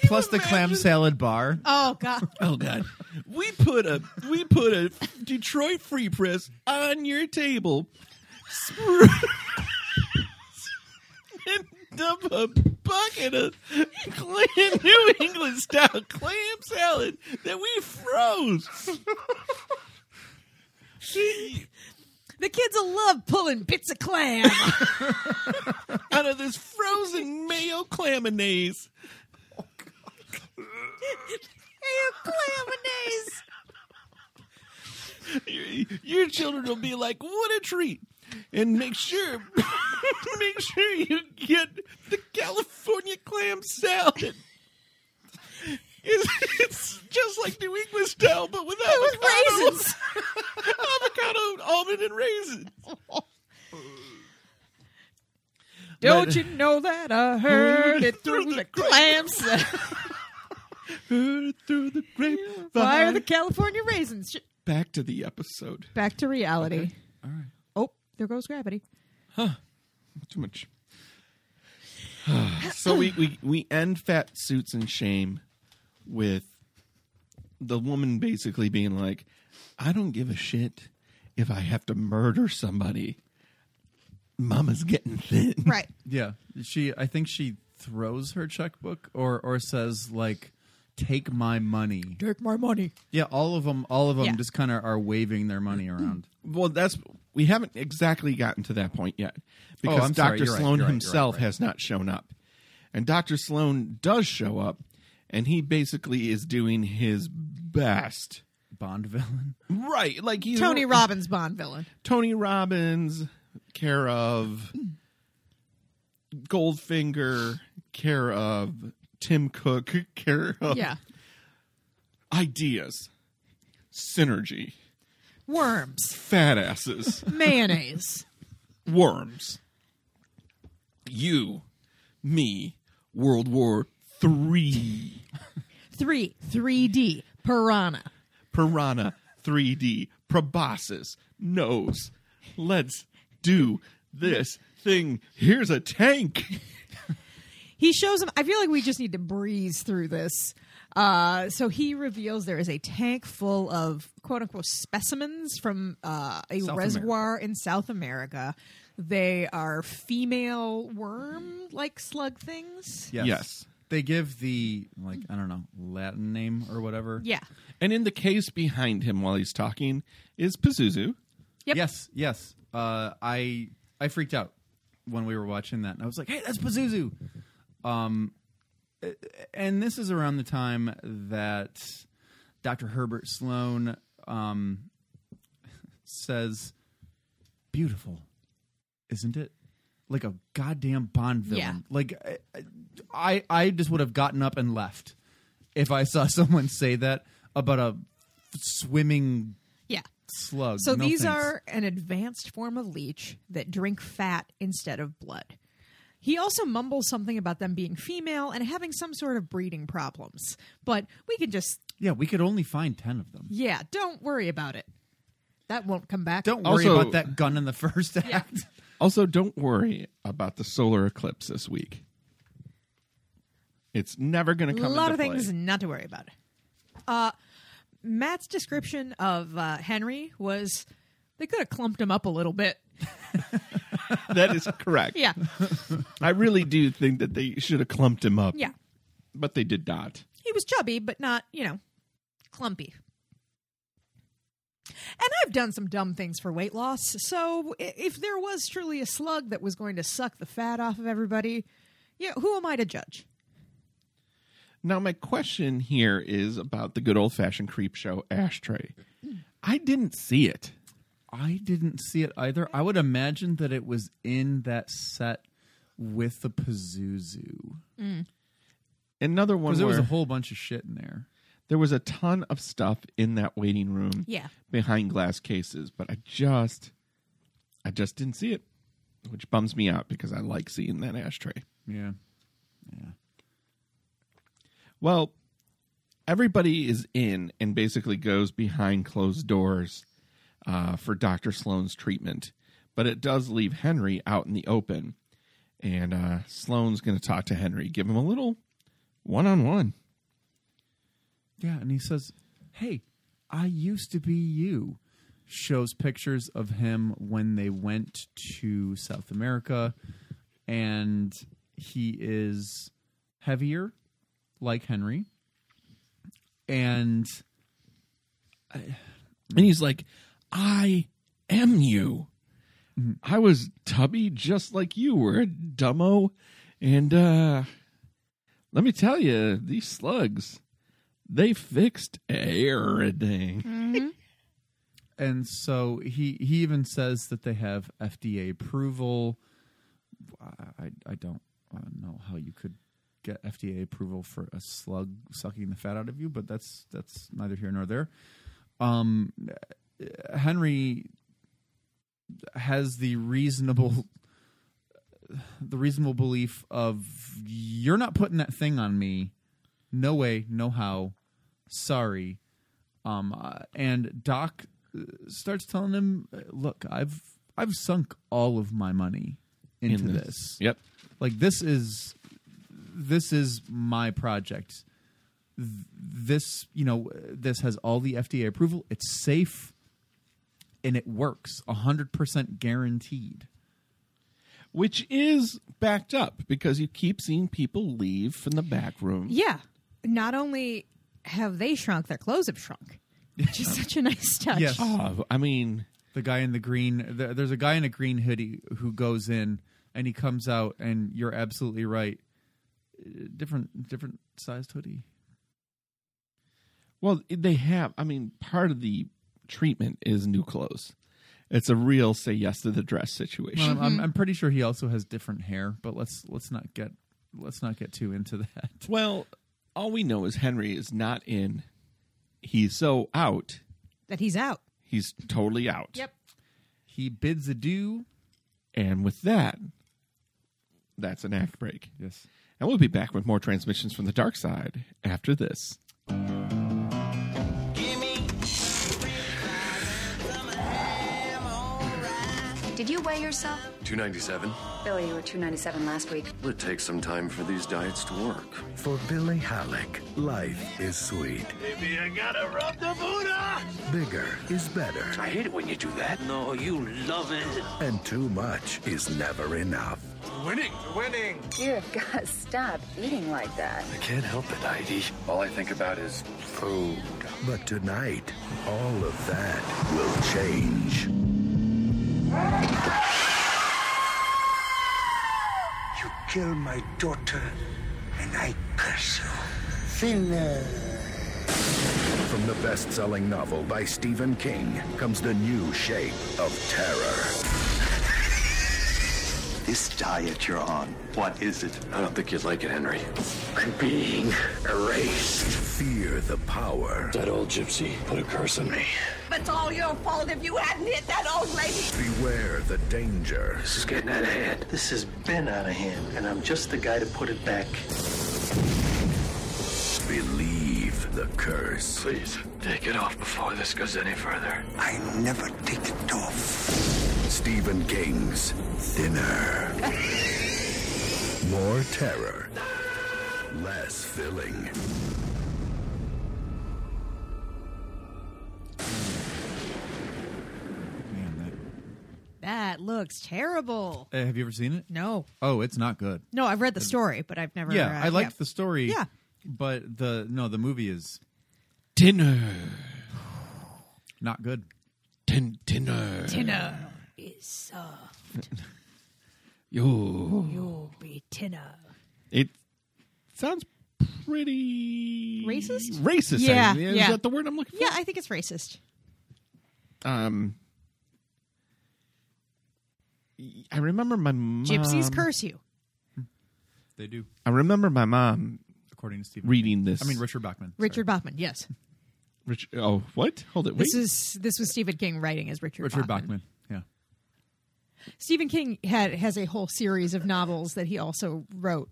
Speaker 3: Plus the clam salad bar.
Speaker 4: oh god,
Speaker 2: Oh God, we put a we put a Detroit Free Press on your table, spru- a bucket of clam New England style clam salad that we froze. She-
Speaker 4: The kids will love pulling bits of clam.
Speaker 2: out of this frozen mayo claminase.
Speaker 4: claminase.
Speaker 2: Your, your children will be like, "What a treat!" And make sure, make sure you get the California clam salad. It's, it's just like New England style, but with avocado,
Speaker 4: Raisins.
Speaker 2: avocado, almond, and raisins.
Speaker 4: Don't you know that I heard it through the clams?
Speaker 2: Heard it through the grape.
Speaker 4: Why are the California raisins? Sh-
Speaker 2: back to the episode?
Speaker 4: Back to reality. All right. Oh, there goes gravity.
Speaker 2: too much. so we, we we end fat suits and shame with the woman basically being like, I don't give a shit if I have to murder somebody. Mama's getting thin.
Speaker 4: Right.
Speaker 3: Yeah, she. I think she throws her checkbook or or says like, "Take my money."
Speaker 4: Take my money.
Speaker 3: Yeah, all of them. All of them
Speaker 4: Yeah.
Speaker 3: just kind of are waving their money around.
Speaker 2: Well, that's we haven't exactly gotten to that point yet because
Speaker 3: Oh, I'm sorry.
Speaker 2: Dr.
Speaker 3: You're right.
Speaker 2: Sloan
Speaker 3: You're right. You're right.
Speaker 2: himself
Speaker 3: Right.
Speaker 2: has not shown up. And Dr. Sloan does show up and he basically is doing his best.
Speaker 3: Bond villain.
Speaker 2: Right. Like he's
Speaker 4: Tony Robbins Bond villain.
Speaker 2: Tony Robbins, care of Goldfinger, care of Tim Cook, care of
Speaker 4: Yeah.
Speaker 2: ideas, synergy,
Speaker 4: Worms.
Speaker 2: fat asses,
Speaker 4: Mayonnaise.
Speaker 2: worms. You, me, World War Three,
Speaker 4: Three. 3D. Piranha.
Speaker 2: Piranha 3D, Proboscis, Nose. Let's do this thing. Here's a tank.
Speaker 4: he shows him i feel like we just need to breeze through this uh, so he reveals there is a tank full of quote unquote specimens from uh, a
Speaker 3: South
Speaker 4: reservoir in south america they are female worm like slug things
Speaker 3: Yes.
Speaker 2: Yes.
Speaker 3: They give the like I don't know Latin name or whatever.
Speaker 4: yeah
Speaker 2: And in the case behind him while he's talking is Pazuzu.
Speaker 4: Yep.
Speaker 3: Yes. Yes. Uh, I I freaked out when we were watching that, and I was like, "Hey, that's Pazuzu." Um, uh, and this is around the time that Dr. Herbert Sloan um says, "Beautiful, isn't it?" Like a goddamn Bond villain.
Speaker 4: Yeah.
Speaker 3: Like I- I I just would have gotten up and left if I saw someone say that about a swimming
Speaker 4: yeah
Speaker 3: slug.
Speaker 4: so
Speaker 3: No
Speaker 4: these
Speaker 3: thanks.
Speaker 4: are an advanced form of leech that drink fat instead of blood he also mumbles something about them being female and having some sort of breeding problems but we can just
Speaker 3: Yeah, we could only find 10 of them.
Speaker 4: Yeah, don't worry about it. That won't come back.
Speaker 3: Don't worry
Speaker 2: Also-
Speaker 3: about that gun in the first act.
Speaker 2: Also, don't worry about the solar eclipse this week. It's never going to
Speaker 4: A
Speaker 2: come.
Speaker 4: lot
Speaker 2: into
Speaker 4: of things
Speaker 2: play.
Speaker 4: not to worry about. Uh, Matt's description of uh, Henry was they could have clumped him up a little bit.
Speaker 2: that is correct.
Speaker 4: Yeah,
Speaker 2: I really do think that they should have clumped him up.
Speaker 4: yeah.
Speaker 2: but they did not.
Speaker 4: He was chubby, but not you know clumpy. And I've done some dumb things for weight loss. So i- if there was truly a slug that was going to suck the fat off of everybody, yeah, who am I to judge?
Speaker 2: Now, my question here is about the good old fashioned creep show ashtray. I didn't see it.
Speaker 3: I didn't see it either. I would imagine that it was in that set with the Pazuzu.
Speaker 2: Another one
Speaker 3: Because
Speaker 2: where
Speaker 3: there was a whole bunch of shit in there.
Speaker 2: there was a ton of stuff in that waiting room.
Speaker 4: Yeah.
Speaker 2: behind glass cases, but I just I just didn't see it, which bums me out because I like seeing that ashtray.
Speaker 3: Yeah.
Speaker 2: Well, everybody is in and basically goes behind closed doors uh, for Dr. Sloan's treatment, but it does leave Henry out in the open. And uh, Sloan's going to talk to Henry, give him a little one on one.
Speaker 3: Yeah, and he says, Hey, I used to be you. Shows pictures of him when they went to South America. And he is heavier, like Henry, and
Speaker 2: And he's like, I am you. I was tubby just like you were, dumbo. And uh let me tell you, these slugs, they fixed everything.
Speaker 3: and so he he even says that they have FDA approval. I I- I don't uh, know how you could get FDA approval for a slug sucking the fat out of you, but that's that's neither here nor there. Um, uh, Henry has the reasonable the reasonable belief of you're not putting that thing on me. No way, no how. Sorry. Um, uh, and Doc uh, starts telling him, "Look, I've I've sunk all of my money into
Speaker 2: In
Speaker 3: this.
Speaker 2: Yep.
Speaker 3: Like this is this is my project. Th- This you know this has all the FDA approval. It's safe." And it works, hundred percent guaranteed.
Speaker 2: Which is backed up because you keep seeing people leave from the back room.
Speaker 4: Yeah. Not only have they shrunk, their clothes have shrunk. Which is such a nice touch.
Speaker 3: Yes.
Speaker 2: Oh, I mean,
Speaker 3: the guy in the green there, there's a guy in a green hoodie who goes in and he comes out and you're absolutely right Uh, different different sized hoodie
Speaker 2: Well, they have. I mean, part of the treatment is new clothes. It's a real say yes to the dress
Speaker 3: well,
Speaker 2: situation.
Speaker 3: I'm, I'm, I'm pretty sure he also has different hair but let's let's not get let's not get too into that
Speaker 2: Well, all we know is Henry is not in. He's so out.
Speaker 4: That he's out.
Speaker 2: He's totally out.
Speaker 4: Yep.
Speaker 3: he bids adieu
Speaker 2: And with that, that's an act break.
Speaker 3: yes
Speaker 2: And we'll be back with more transmissions from the dark side after this.
Speaker 7: Did you weigh yourself?
Speaker 10: 297?
Speaker 7: Billy, you were 297 last week.
Speaker 10: Well, It takes some time for these diets to work.
Speaker 9: For Billy Halleck, life is sweet.
Speaker 10: Maybe I gotta rub the Buddha!
Speaker 9: Bigger is better,
Speaker 10: I hate it when you do that. No, you love it.
Speaker 9: and too much is never enough.
Speaker 10: Winning! Winning!
Speaker 7: You've got to stop eating like that.
Speaker 10: I can't help it, Heidi. All I think about is food.
Speaker 9: But tonight, all of that will change.
Speaker 10: You kill my daughter, and I curse you.
Speaker 9: From the best selling novel by Stephen King comes the new shape of terror.
Speaker 10: This diet you're on, what is it? I don't think you'd like it, Henry. I'm being erased.
Speaker 9: Fear the power.
Speaker 10: That old gypsy put a curse on me.
Speaker 5: It's all your fault if you hadn't hit that old lady.
Speaker 9: Beware the danger.
Speaker 10: This is getting out of hand. This has been out of hand, and I'm just the guy to put it back.
Speaker 9: Believe the curse.
Speaker 10: Please, take it off before this goes any further. I never take it off.
Speaker 9: Stephen King's Thinner. More terror. Less filling.
Speaker 3: man
Speaker 4: That looks terrible.
Speaker 3: that, uh, have you ever seen it
Speaker 4: No.
Speaker 3: oh it's not good
Speaker 4: No, I've read the story, but I've never.
Speaker 3: yeah
Speaker 4: uh,
Speaker 3: i liked the story
Speaker 4: Yeah.
Speaker 3: but the no the movie is
Speaker 2: Dinner.
Speaker 3: not good
Speaker 2: Din- dinner.
Speaker 5: Tinner is soft.
Speaker 2: Yo.
Speaker 5: You'll be Tinner.
Speaker 2: It sounds pretty
Speaker 4: Racist?
Speaker 2: Racist.
Speaker 4: Yeah,
Speaker 2: I- Is
Speaker 4: yeah.
Speaker 2: that the word I'm looking for?
Speaker 4: Yeah, I think it's racist.
Speaker 2: um I remember my
Speaker 3: Um,
Speaker 2: mom,
Speaker 4: Gypsies curse you.
Speaker 3: they do
Speaker 2: I remember my mom
Speaker 3: according to Stephen
Speaker 2: reading this.
Speaker 3: i mean richard bachman sorry.
Speaker 4: Richard Bachman. Yes,
Speaker 2: Rich- oh, what? Hold it. Wait.
Speaker 4: this is this was Stephen King writing as Richard.
Speaker 3: richard
Speaker 4: Bachman.
Speaker 3: bachman yeah
Speaker 4: Stephen King had has a whole series of novels that he also wrote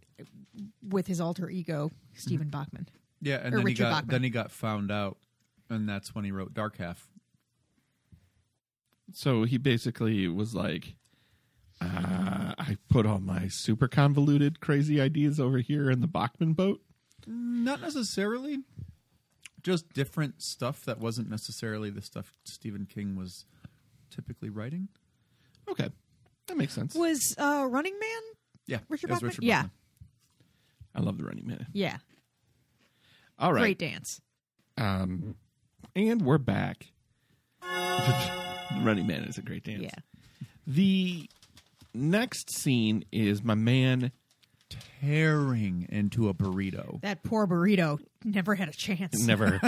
Speaker 4: with his alter ego Stephen
Speaker 3: Mm-hmm.
Speaker 4: Bachman.
Speaker 3: Yeah, and
Speaker 4: Or
Speaker 3: then
Speaker 4: Richard
Speaker 3: he got
Speaker 4: Bachman.
Speaker 3: then he got found out, and that's when he wrote Dark Half.
Speaker 2: so he basically was like, uh, I put all my super convoluted, crazy ideas over here in the Bachman boat.
Speaker 3: Not necessarily, just different stuff that wasn't necessarily the stuff Stephen King was typically writing.
Speaker 2: Okay, that makes sense.
Speaker 4: Was uh, Running Man
Speaker 3: Yeah,
Speaker 4: Richard
Speaker 3: it was
Speaker 4: Bachman?
Speaker 3: Richard
Speaker 4: Yeah.
Speaker 3: Bachman.
Speaker 2: I love the Running Man.
Speaker 4: Yeah.
Speaker 2: All right.
Speaker 4: Great dance.
Speaker 2: Um, and we're back. The Running Man is a great dance.
Speaker 4: Yeah.
Speaker 2: The next scene is my man.
Speaker 3: tearing into a burrito.
Speaker 4: That poor burrito never had a chance.
Speaker 2: Never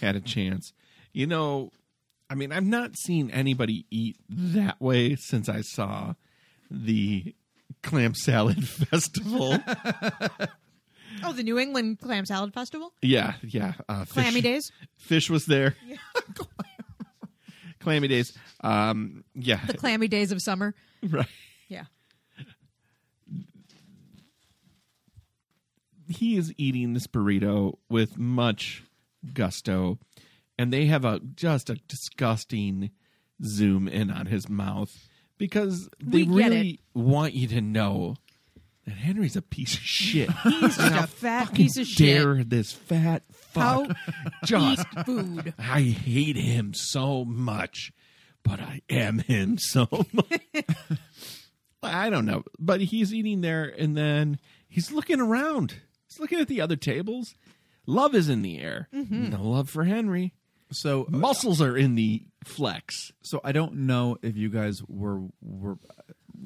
Speaker 2: had a chance. You know, I mean, I've not seen anybody eat that way since I saw the clam salad festival.
Speaker 4: Oh, the New England Clam Salad Festival?
Speaker 2: yeah, yeah. Uh, fish-
Speaker 4: Clammy days?
Speaker 2: Fish was there. Clammy days. Um, yeah.
Speaker 4: The clammy days of summer?
Speaker 2: right.
Speaker 4: Yeah.
Speaker 2: he is eating this burrito with much gusto and they have a just a disgusting zoom in on his mouth because they
Speaker 4: We get
Speaker 2: really want you to know that Henry's a piece of shit.
Speaker 4: He's just a fat piece of shit.
Speaker 2: Dare this fat
Speaker 4: How
Speaker 2: fuck. Just
Speaker 4: eat food.
Speaker 2: I hate him so much, but I am him so much. I don't know. But he's eating there and then he's looking around. He's looking at the other tables. Love is in the air.
Speaker 4: Mm-hmm.
Speaker 2: No love for Henry.
Speaker 3: So
Speaker 2: Muscles are in the flex.
Speaker 3: so I don't know if you guys were were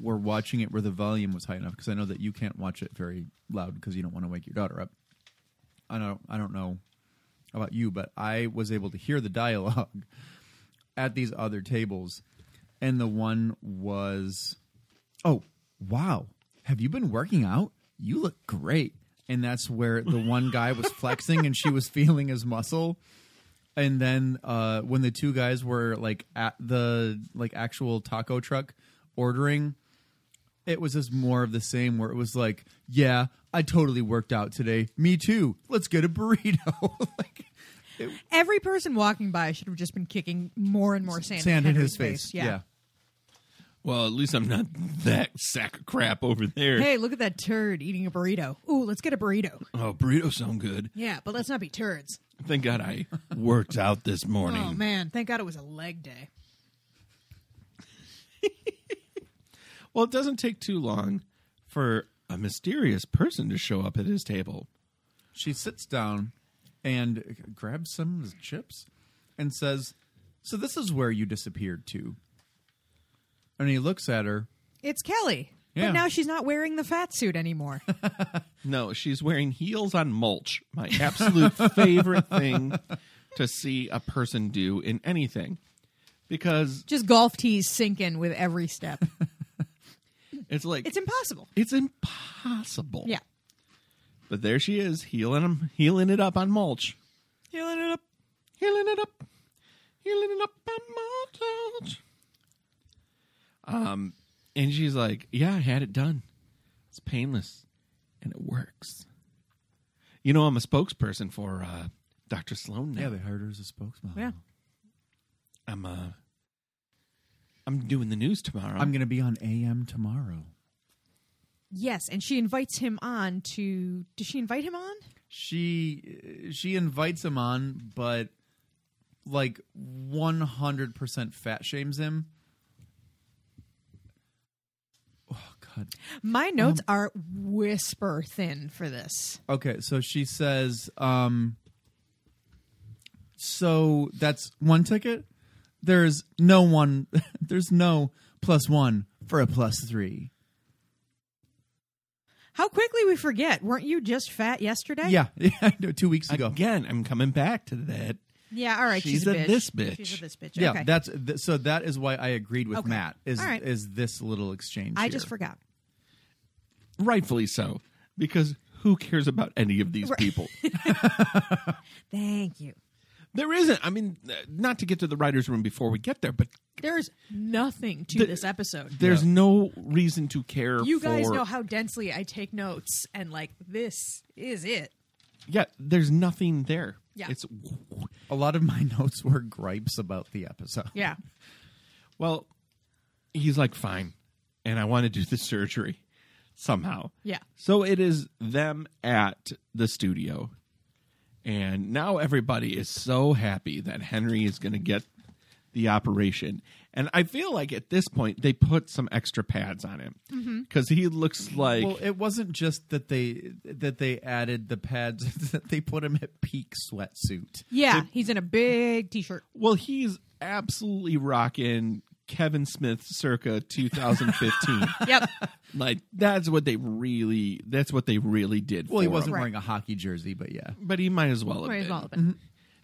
Speaker 3: were watching it where the volume was high enough because I know that you can't watch it very loud because you don't want to wake your daughter up. I don't I don't know about you, but I was able to hear the dialogue at these other tables, and the one was, "Oh wow, have you been working out? You look great." And that's where the one guy was flexing and she was feeling his muscle and then uh, when the two guys were like at the like actual taco truck ordering it was just more of the same where it was like yeah i totally worked out today me too let's get a burrito like
Speaker 4: Every person walking by should have just been kicking more and more sand,
Speaker 3: sand in
Speaker 4: Henry's
Speaker 3: his face,
Speaker 4: Yeah.
Speaker 2: Well, at least I'm not that sack of crap over there.
Speaker 4: Hey, look at that turd eating a burrito. Ooh, let's get a burrito.
Speaker 2: Oh, burritos sound good.
Speaker 4: Yeah, but let's not be turds.
Speaker 2: Thank God I worked out this morning.
Speaker 4: Oh man, thank God it was a leg day.
Speaker 2: Well, it doesn't take too long for a mysterious person to show up at his table.
Speaker 3: she sits down and grabs some of his chips and says so this is where you disappeared to and he looks at her
Speaker 4: It's Kelly.
Speaker 3: Yeah.
Speaker 4: But now she's not wearing the fat suit anymore.
Speaker 2: No, she's wearing heels on mulch. My absolute favorite thing to see a person do in anything. Because
Speaker 4: just golf tees sink in with every step.
Speaker 2: it's like
Speaker 4: It's impossible.
Speaker 2: it's impossible.
Speaker 4: Yeah.
Speaker 2: But there she is, healing 'em- healing it up on mulch. Healing it up. Healing it up. Healing it up on mulch. Um and she's like, "Yeah, I had it done. It's painless and it works." You know, I'm a spokesperson for uh Dr. Sloan now.
Speaker 3: yeah they hired her as a spokesman
Speaker 4: Yeah.
Speaker 2: I'm uh I'm doing the news tomorrow.
Speaker 3: i'm gonna be on am tomorrow
Speaker 4: Yes, and she invites him on to. Does she invite him on?
Speaker 3: she she invites him on, but like one hundred percent fat shames him. Oh God.
Speaker 4: My notes are whisper thin for this.
Speaker 3: Okay, so she says, um, so that's one ticket. There's no one. There's no plus one for a plus three.
Speaker 4: How quickly we forget. Weren't you just fat yesterday?
Speaker 3: Yeah, yeah, I know, two weeks ago.
Speaker 2: Again, I'm coming back to that.
Speaker 4: Yeah, all right.
Speaker 2: She's
Speaker 4: She's,
Speaker 2: a
Speaker 4: a, bitch.
Speaker 2: this bitch.
Speaker 4: She's a this bitch.
Speaker 3: Yeah,
Speaker 4: okay.
Speaker 3: that's th- so. That is why I agreed with
Speaker 4: Okay.
Speaker 3: Matt. Is
Speaker 4: All right.
Speaker 3: is this little exchange?
Speaker 4: I just
Speaker 3: here.
Speaker 4: forgot.
Speaker 2: Rightfully so, because who cares about any of these people?
Speaker 4: Thank you.
Speaker 2: There isn't. I mean, uh, not to get to the writers' room before we get there, but
Speaker 4: There's nothing to
Speaker 2: The-
Speaker 4: this episode.
Speaker 2: there's no reason to care.
Speaker 4: You guys
Speaker 2: for-
Speaker 4: know how densely I take notes, and like this is it.
Speaker 2: Yeah, there's nothing there.
Speaker 4: Yeah.
Speaker 2: It's
Speaker 3: A lot of my notes were gripes about the episode.
Speaker 4: Yeah.
Speaker 2: well, he's like fine, and I want to do the surgery somehow.
Speaker 4: Yeah.
Speaker 2: So it is them at the studio, and now everybody is so happy that Henry is going to get the operation. And I feel like at this point they put some extra pads on him
Speaker 4: Mm-hmm.
Speaker 2: because he looks like
Speaker 3: well, it wasn't just that they that they added the pads that they put him at peak sweatsuit.
Speaker 4: Yeah, he's in a big t-shirt.
Speaker 2: well he's absolutely rocking Kevin Smith circa 2015.
Speaker 4: Yep.
Speaker 2: like that's what they really that's what they really did.
Speaker 3: Well, he
Speaker 2: for
Speaker 3: wasn't
Speaker 2: him.
Speaker 3: wearing a hockey jersey, but yeah.
Speaker 2: but he might as well have
Speaker 4: Might as
Speaker 2: been.
Speaker 4: well have been.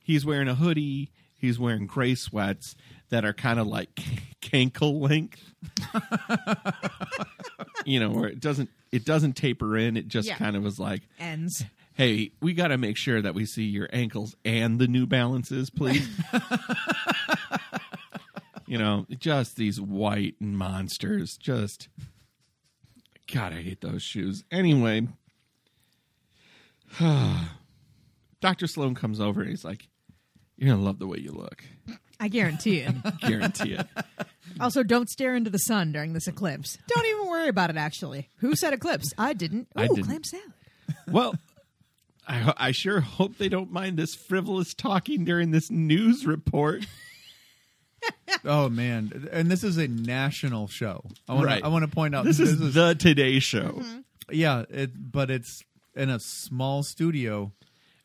Speaker 2: He's wearing a hoodie. He's wearing gray sweats that are kind of like cankle length. you know, where it doesn't it doesn't taper in. It just
Speaker 4: Yeah.
Speaker 2: kind of was like,
Speaker 4: Ends.
Speaker 2: hey, we got to make sure that we see your ankles and the New Balances, please. you know, just these white monsters. Just, God, I hate those shoes. Anyway, Dr. Sloan comes over and he's like, You're going to love the way you look.
Speaker 4: I guarantee it.
Speaker 2: Guarantee it.
Speaker 4: also, don't stare into the sun during this eclipse. Don't even worry about it. Actually, who said eclipse? I didn't. Ooh,
Speaker 2: I didn't.
Speaker 4: clam salad.
Speaker 2: Well, I, ho- I sure hope they don't mind this frivolous talking during this news report.
Speaker 3: Oh man, and this is a national show. I want
Speaker 2: Right.
Speaker 3: to I want to point out
Speaker 2: Uh, This is Mm-hmm. the Today Show.
Speaker 3: yeah, it, but it's in a small studio.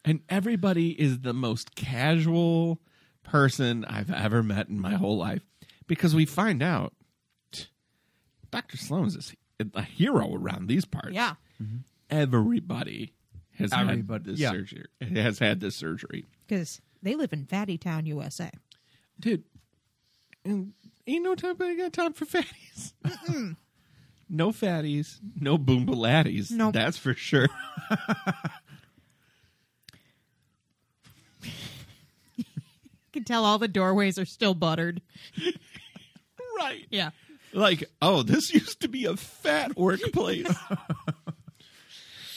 Speaker 2: and everybody is the most casual person I've ever met in my whole life because we find out Dr. Sloan is a hero around these parts.
Speaker 4: Yeah.
Speaker 2: Everybody has
Speaker 3: Everybody-
Speaker 2: had this
Speaker 3: yeah.
Speaker 2: surgery. Has had this surgery.
Speaker 4: Because they live in Fatty Town, USA.
Speaker 2: Dude, and ain't no time I got time for fatties. no fatties, no boombalatties.
Speaker 4: Nope.
Speaker 2: That's for sure.
Speaker 4: You can tell all the doorways are still buttered.
Speaker 2: right.
Speaker 4: Yeah.
Speaker 2: like oh this used to be a fat workplace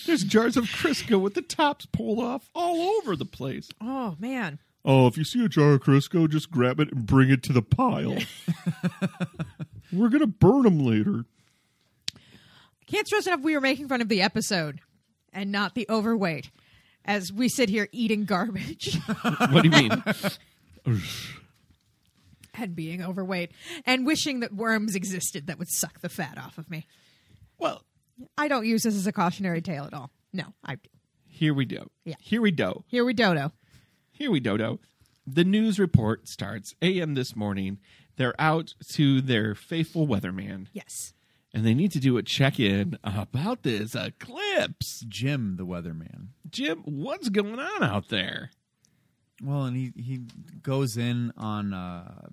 Speaker 2: there's jars of crisco with the tops pulled off all over the place
Speaker 4: Oh man.
Speaker 2: oh if you see a jar of crisco just grab it and bring it to the pile we're gonna burn them later
Speaker 4: Can't stress enough we were making fun of the episode and not the overweight as we sit here eating garbage
Speaker 2: what do you mean
Speaker 4: and being overweight and wishing that worms existed that would suck the fat off of me.
Speaker 2: well
Speaker 4: I don't use this as a cautionary tale at all. No, I
Speaker 2: here we do
Speaker 4: Yeah.
Speaker 2: here we do
Speaker 4: here we dodo.
Speaker 2: Here we dodo. The news report starts AM this morning. They're out to their faithful weatherman
Speaker 4: Yes.
Speaker 2: and they need to do a check in about this eclipse.
Speaker 3: Jim, the weatherman.
Speaker 2: Jim, what's going on out there?
Speaker 3: Well, and he he goes in on uh,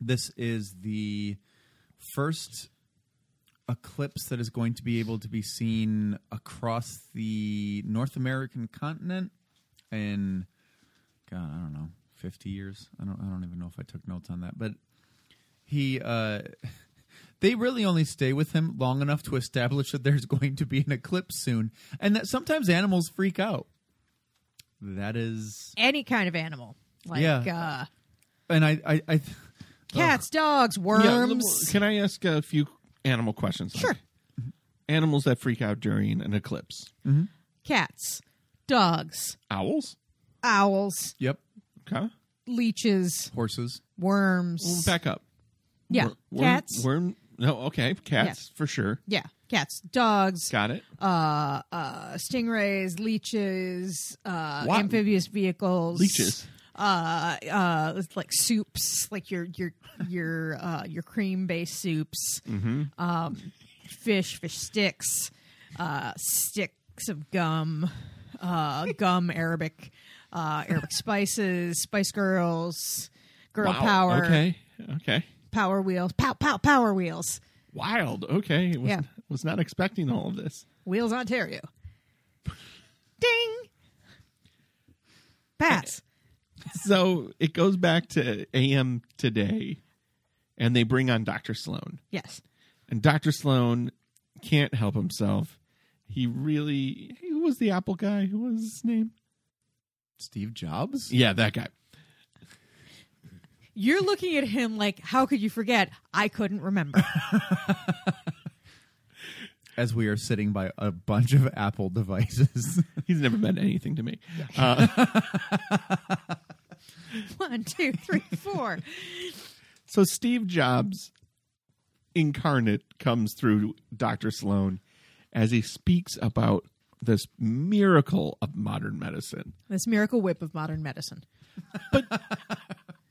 Speaker 3: this is the first eclipse that is going to be able to be seen across the North American continent in God, I don't know, fifty years. I don't I don't even know if I took notes on that, but he. Uh, they really only stay with him long enough to establish that there's going to be an eclipse soon, and that sometimes animals freak out. That is
Speaker 4: Any kind of animal. Like
Speaker 3: Yeah.
Speaker 4: uh
Speaker 3: and I, I, I
Speaker 4: cats, dogs,
Speaker 2: Yeah,
Speaker 4: worms.
Speaker 2: can I ask a few animal questions? Sure. Animals that freak out during an eclipse.
Speaker 4: Cats, dogs,
Speaker 2: Owls?
Speaker 4: owls,
Speaker 3: yep,
Speaker 2: Okay.
Speaker 4: leeches,
Speaker 3: horses.
Speaker 4: worms.
Speaker 2: Well, back up.
Speaker 4: yeah.
Speaker 2: Wor- worm-
Speaker 4: cats.
Speaker 2: Worm. No, okay. Cats, for sure.
Speaker 4: yeah. Cats, dogs,
Speaker 2: Got it.
Speaker 4: uh, uh, stingrays, leeches, uh,
Speaker 2: What?
Speaker 4: amphibious vehicles,
Speaker 2: Leeches.
Speaker 4: uh, uh, it's like soups, like your your your uh, your cream based soups,
Speaker 2: Mm-hmm.
Speaker 4: um, fish, fish sticks, uh, sticks of gum, uh, gum Arabic, uh, Arabic spices, Spice Girls, Girl
Speaker 2: Wow.
Speaker 4: Power,
Speaker 2: Okay. Okay.
Speaker 4: Power Wheels, pow pow Power Wheels,
Speaker 2: Wild. Okay. Was,
Speaker 4: Yeah.
Speaker 2: was not expecting all of this.
Speaker 4: Wheels Ontario. Ding. Pass.
Speaker 2: So it goes back to AM today, and they bring on Dr. Sloan.
Speaker 4: Yes.
Speaker 2: And Dr. Sloan can't help himself. He really. Who was the Apple guy? Who was his name?
Speaker 3: Steve Jobs.
Speaker 2: Yeah, that guy.
Speaker 4: You're looking at him like, how could you forget? I couldn't remember.
Speaker 3: As we are sitting by a bunch of Apple devices,
Speaker 2: He's never meant anything to me. Uh,
Speaker 4: One, two, three, four.
Speaker 2: So Steve Jobs incarnate comes through Dr. Sloan as he speaks about this miracle of modern medicine.
Speaker 4: this miracle whip of modern medicine.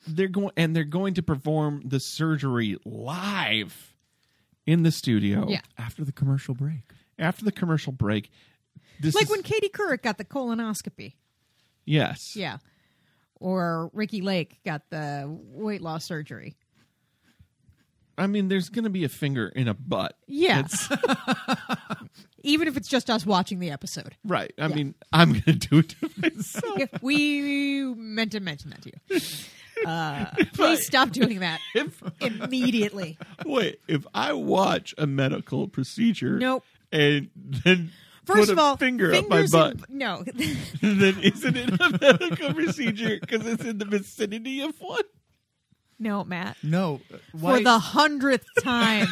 Speaker 2: They're going and they're going to perform the surgery live in the studio
Speaker 4: Yeah.
Speaker 3: After the commercial break.
Speaker 2: after the commercial break. This
Speaker 4: Like
Speaker 2: is-
Speaker 4: when Katie Couric got the colonoscopy.
Speaker 2: yes,
Speaker 4: Yeah. Or Ricky Lake got the weight loss surgery.
Speaker 2: I mean, there's going to be a finger in a butt.
Speaker 4: Yeah.
Speaker 2: It's-
Speaker 4: Even if it's just us watching the episode.
Speaker 2: right. I mean, I'm going to do it to myself.
Speaker 4: we meant to mention that to you. Uh, please stop doing that
Speaker 2: If-
Speaker 4: immediately.
Speaker 2: Wait, if I watch a medical procedure,
Speaker 4: Nope.
Speaker 2: and then
Speaker 4: First
Speaker 2: put
Speaker 4: of
Speaker 2: a
Speaker 4: all,
Speaker 2: finger up my
Speaker 4: fingers
Speaker 2: butt,
Speaker 4: in- no,
Speaker 2: then isn't it a medical procedure because it's in the vicinity of one?
Speaker 4: no, Matt.
Speaker 3: No. uh, Why?
Speaker 4: For the hundredth time.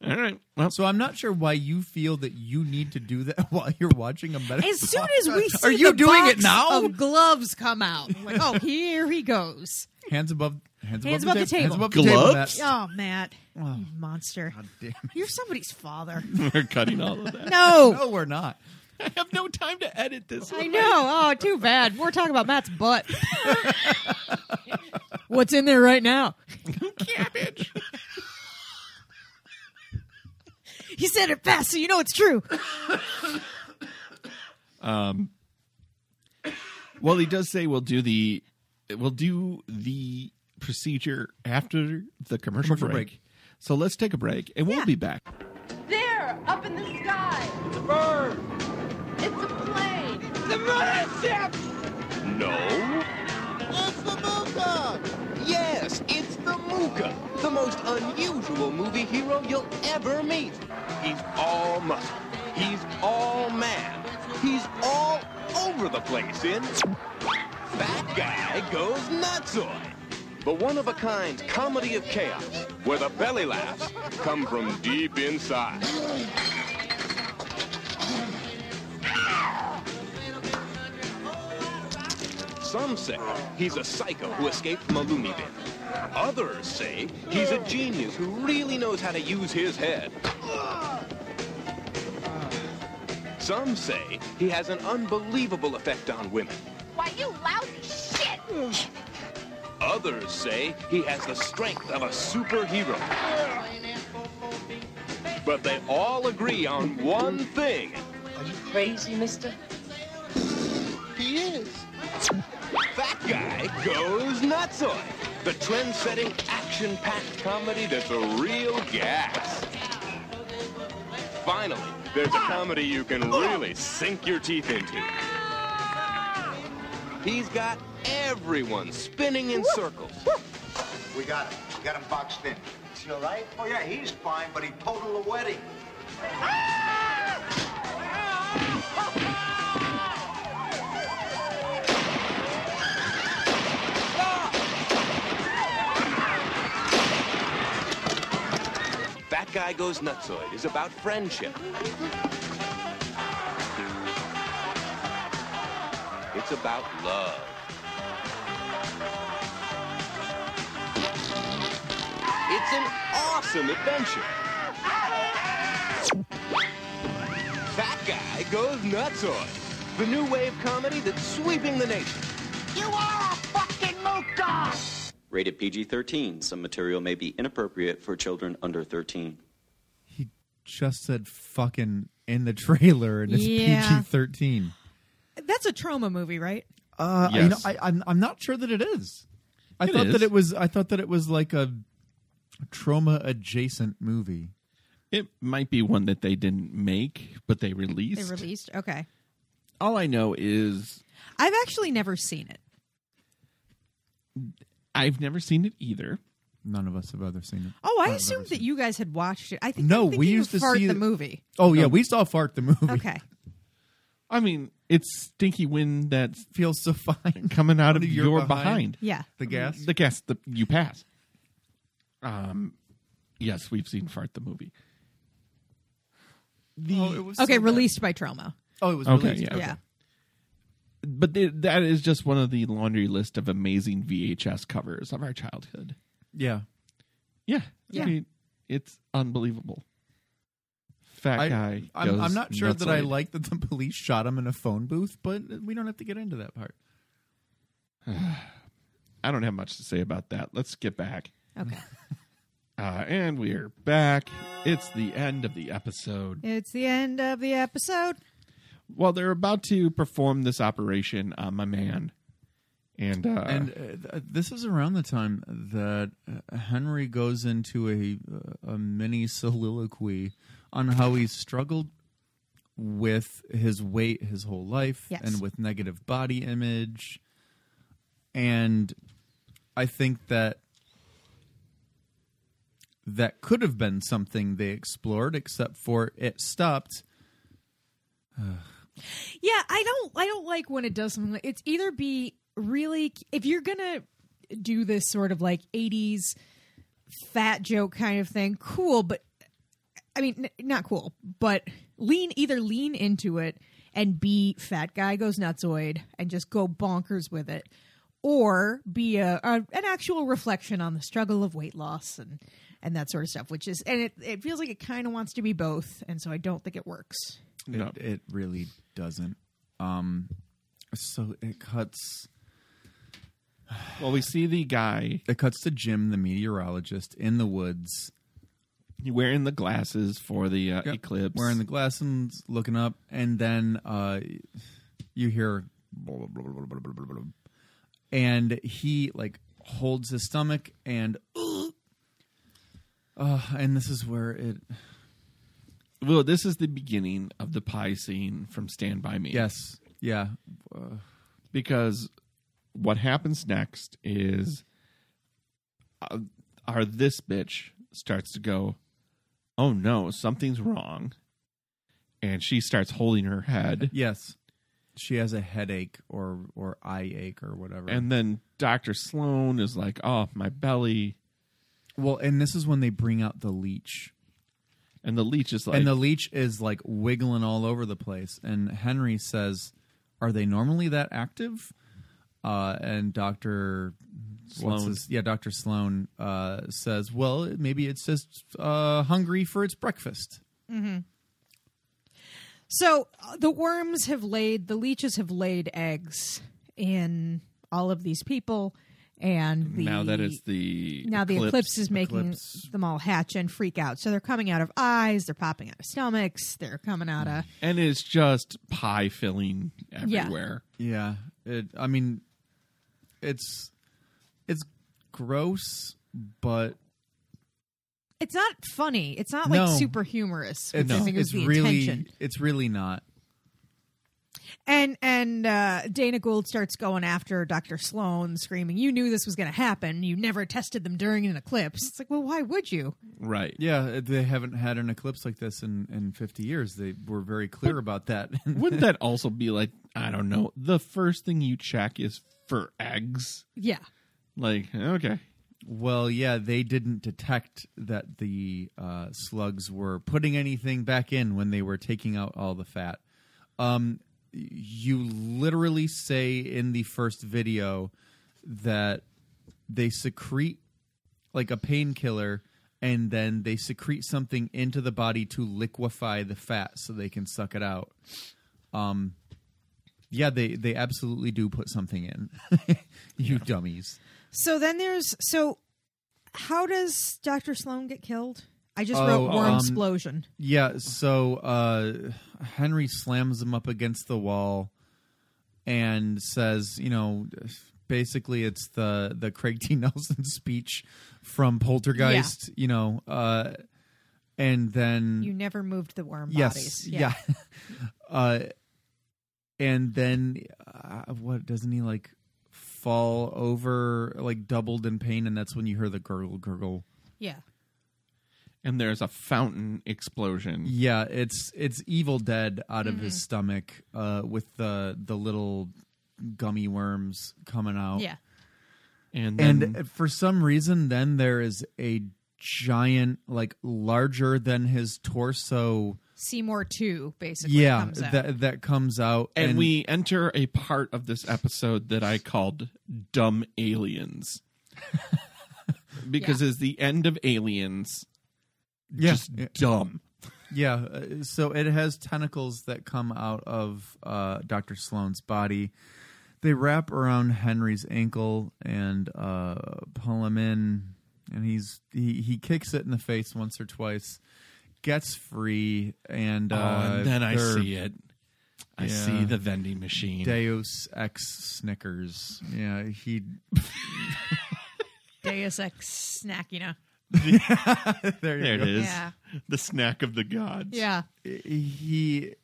Speaker 2: All right. Well,
Speaker 3: so I'm not sure why you feel that you need to do that while you're watching a medical.
Speaker 4: As soon as we see
Speaker 3: Are you
Speaker 4: the
Speaker 3: doing
Speaker 4: box
Speaker 3: it now?
Speaker 4: of gloves come out, I'm like, oh, here he goes.
Speaker 3: hands above hands,
Speaker 4: Hands
Speaker 3: above, the,
Speaker 4: above the
Speaker 3: table. Hands
Speaker 4: table.
Speaker 3: above the table,
Speaker 2: Gloves?
Speaker 3: Matt.
Speaker 4: Oh, Matt, you monster!
Speaker 3: God damn it.
Speaker 4: You're somebody's father.
Speaker 2: we're cutting all of that.
Speaker 4: No,
Speaker 3: No, we're not.
Speaker 2: I have no time to edit this.
Speaker 4: I know. Oh, too bad. We're talking about Matt's butt. What's in there right now?
Speaker 2: Cabbage.
Speaker 4: He said it fast, so you know it's true.
Speaker 2: Well, he does say we'll do the we'll do the procedure after the commercial,
Speaker 3: Commercial
Speaker 2: break.
Speaker 3: break.
Speaker 2: So let's take a break, and we'll be back.
Speaker 5: There, up in the sky. It's a bird. It's a plane.
Speaker 9: It's the Mooka! Yes, it's the Mooka, the most unusual movie hero you'll ever meet. He's all muscle. He's all man. He's all over the place in Fat Guy Goes Nutsoid. The one-of-a-kind comedy of chaos, where the belly laughs come from deep inside. Some say he's a psycho who escaped from a loony bin. Others say he's a genius who really knows how to use his head. Some say he has an unbelievable effect on women.
Speaker 8: Why, you lousy shit!
Speaker 9: Others say he has the strength of a superhero. But they all agree on one thing.
Speaker 5: Crazy, mister.
Speaker 9: He is. That guy goes nutsoid. The trend-setting, action-packed comedy that's a real gas. Finally, there's a comedy you can really sink your teeth into. He's got everyone spinning in circles.
Speaker 10: We got him. We got him boxed in. Is he all right? Oh, yeah, he's fine, but he totaled the wedding.
Speaker 9: That Guy Goes Nutsoid is about friendship. It's about love. It's an awesome adventure. That Guy Goes Nutsoid, the new wave comedy that's sweeping the nation.
Speaker 8: You are a fucking mooka!
Speaker 11: Rated PG 13, some material may be inappropriate for children under 13.
Speaker 3: He just said "fucking" in the trailer, and it's
Speaker 4: Yeah.
Speaker 3: PG-13.
Speaker 4: That's a trauma movie, right?
Speaker 3: Uh,
Speaker 2: Yes.
Speaker 3: you know, I, I'm I'm not sure that it is. I
Speaker 2: It
Speaker 3: thought
Speaker 2: is.
Speaker 3: that it was. I thought that it was like a trauma adjacent movie.
Speaker 2: It might be one that they didn't make, but they
Speaker 4: They
Speaker 2: released.
Speaker 4: released. Okay,
Speaker 2: All I know is
Speaker 4: I've actually never seen it.
Speaker 2: I've never seen it either.
Speaker 3: None of us have ever seen it.
Speaker 4: Oh, I
Speaker 3: I've
Speaker 4: assumed
Speaker 3: ever
Speaker 4: that
Speaker 3: seen
Speaker 4: you guys had watched it. I think
Speaker 3: No,
Speaker 4: I'm thinking
Speaker 3: we used
Speaker 4: of
Speaker 3: to
Speaker 4: Fart
Speaker 3: see
Speaker 4: the
Speaker 3: it-
Speaker 4: movie.
Speaker 3: it. Oh yeah, we saw Fart the movie.
Speaker 4: Okay,
Speaker 2: I mean, it's stinky wind that's
Speaker 3: feels so fine.
Speaker 2: coming out of
Speaker 3: You're
Speaker 2: your behind.
Speaker 3: behind.
Speaker 4: yeah.
Speaker 3: The gas.
Speaker 2: The gas that you pass. Um, yes, we've seen fart the movie.
Speaker 3: oh, it was
Speaker 4: Okay,
Speaker 3: so bad.
Speaker 4: released by trauma.
Speaker 3: Oh, it was
Speaker 2: Okay,
Speaker 3: released.
Speaker 2: yeah.
Speaker 4: Yeah.
Speaker 2: but th- that is just one of the laundry list of amazing VHS covers of our childhood.
Speaker 3: Yeah.
Speaker 2: Yeah.
Speaker 3: Yeah.
Speaker 2: I mean, it's unbelievable. Fat guy.
Speaker 3: I, am
Speaker 2: goes
Speaker 3: not sure
Speaker 2: nuts
Speaker 3: that I
Speaker 2: late.
Speaker 3: like that the police shot him in a phone booth, but we don't have to get into that part.
Speaker 2: I don't have much to say about that. Let's get back.
Speaker 4: Okay.
Speaker 2: Uh, and we're back. It's the end of the episode.
Speaker 4: It's the end of the episode.
Speaker 2: Well, they're about to perform this operation on my man. And, uh,
Speaker 3: and uh, th- this is around the time that uh, Henry goes into a, uh, a mini soliloquy on how he struggled with his weight his whole life
Speaker 12: Yes.
Speaker 3: and with negative body image. And I think that that could have been something they explored, except for it stopped.
Speaker 4: Yeah, I don't I don't like when it does something like it's either be really if you're gonna do this sort of like eighties fat joke kind of thing, cool, but I mean n- not cool, but lean either lean into it and be fat guy goes nutsoid and just go bonkers with it. Or be a, a an actual reflection on the struggle of weight loss and and that sort of stuff, which is and it, it feels like it kind of wants to be both, and so I don't think it works.
Speaker 2: No.
Speaker 3: It, it really doesn't. Um, so it cuts.
Speaker 2: Well, we see the guy.
Speaker 3: It cuts to Jim, the meteorologist, in the woods.
Speaker 2: Wearing the glasses for the uh, eclipse.
Speaker 3: Wearing the glasses, looking up, and then uh, you hear. blah, blah, blah, blah, blah, blah, blah, blah, blah. And he, like, holds his stomach and. Uh, and this is where it.
Speaker 2: Well, this is the beginning of the pie scene from Stand By Me.
Speaker 3: Yes. Yeah. Uh,
Speaker 2: because what happens next is uh, our this bitch starts to go, "Oh no, something's wrong," and she starts holding her head.
Speaker 3: Yes, she has a headache or or eye ache or whatever.
Speaker 2: and then Doctor Sloan is like, "Oh, my belly,"
Speaker 3: well, and this is when they bring out the leech.
Speaker 2: and the leech is like,
Speaker 3: and the leech is like wiggling all over the place. And Henry says, "Are they normally that active?" Uh, and Doctor what's
Speaker 2: Sloan.
Speaker 3: his- yeah, Doctor Sloan uh, says, "Well, maybe it's just uh, hungry for its breakfast."
Speaker 4: Mm-hmm. So uh, the worms have laid, the leeches have laid eggs in all of these people, and the,
Speaker 2: now that it's the
Speaker 4: now the eclipse is making them all hatch and freak out. So they're coming out of eyes, they're popping out of stomachs, they're coming out of
Speaker 2: and it's just pie filling
Speaker 4: Yeah.
Speaker 2: everywhere.
Speaker 3: Yeah, it. I mean, it's it's gross, but
Speaker 4: it's not funny. It's not like
Speaker 3: No.
Speaker 4: super humorous. Which
Speaker 3: it's,
Speaker 4: I think
Speaker 3: it's
Speaker 4: was the
Speaker 3: really
Speaker 4: intention.
Speaker 3: it's really not.
Speaker 4: And and uh, Dana Gould starts going after Dr. Sloan, screaming, "You knew this was going to happen. You never tested them during an eclipse." It's like, well, why would you?
Speaker 2: Right.
Speaker 3: Yeah, they haven't had an eclipse like this in, in 50 years. They were very clear about that.
Speaker 2: Wouldn't that also be like, I don't know, the first thing you check is for eggs?
Speaker 4: Yeah.
Speaker 2: Like, okay.
Speaker 3: Well, yeah, they didn't detect that the uh, slugs were putting anything back in when they were taking out all the fat. Um, you literally say in the first video that they secrete like a painkiller and then they secrete something into the body to liquefy the fat so they can suck it out. Um, yeah, they, they absolutely do put something in. you dummies.
Speaker 4: So then there's so how does Dr. Sloan get killed? I just
Speaker 3: Oh,
Speaker 4: wrote worm
Speaker 3: um,
Speaker 4: explosion.
Speaker 3: Yeah, so uh, Henry slams him up against the wall and says, you know, basically it's the the Craig T. Nelson speech from Poltergeist, you know, uh, and then
Speaker 4: You never moved the worm
Speaker 3: yes,
Speaker 4: bodies.
Speaker 3: yeah, uh, and then uh, what doesn't he like fall over like doubled in pain, and that's when you hear the gurgle gurgle.
Speaker 4: Yeah.
Speaker 2: And there's a fountain explosion.
Speaker 3: Yeah, it's it's Evil Dead out of
Speaker 4: Mhm.
Speaker 3: his stomach, uh, with the the little gummy worms coming out.
Speaker 4: Yeah.
Speaker 2: And
Speaker 3: and
Speaker 2: then-
Speaker 3: for some reason, then there is a giant, like larger than his torso,
Speaker 4: Seymour Two basically
Speaker 3: yeah,
Speaker 4: comes out.
Speaker 3: that that comes out,
Speaker 2: And, we enter a part of this episode that I called Dumb Aliens. because it's the end of Aliens.
Speaker 3: Yeah.
Speaker 2: Just dumb.
Speaker 3: Yeah, uh, so it has tentacles that come out of uh, Doctor Sloan's body. They wrap around Henry's ankle and uh, pull him in, and he's he, he kicks it in the face once or twice, gets free, and,
Speaker 2: Oh,
Speaker 3: uh,
Speaker 2: and then I
Speaker 3: they're-
Speaker 2: see it. I see the vending machine.
Speaker 3: Deus Ex Snickers. Yeah, he
Speaker 4: Deus Ex snack, you know.
Speaker 3: there, you
Speaker 2: There
Speaker 3: go.
Speaker 2: it is.
Speaker 4: Yeah.
Speaker 2: The snack of the gods.
Speaker 4: Yeah.
Speaker 3: he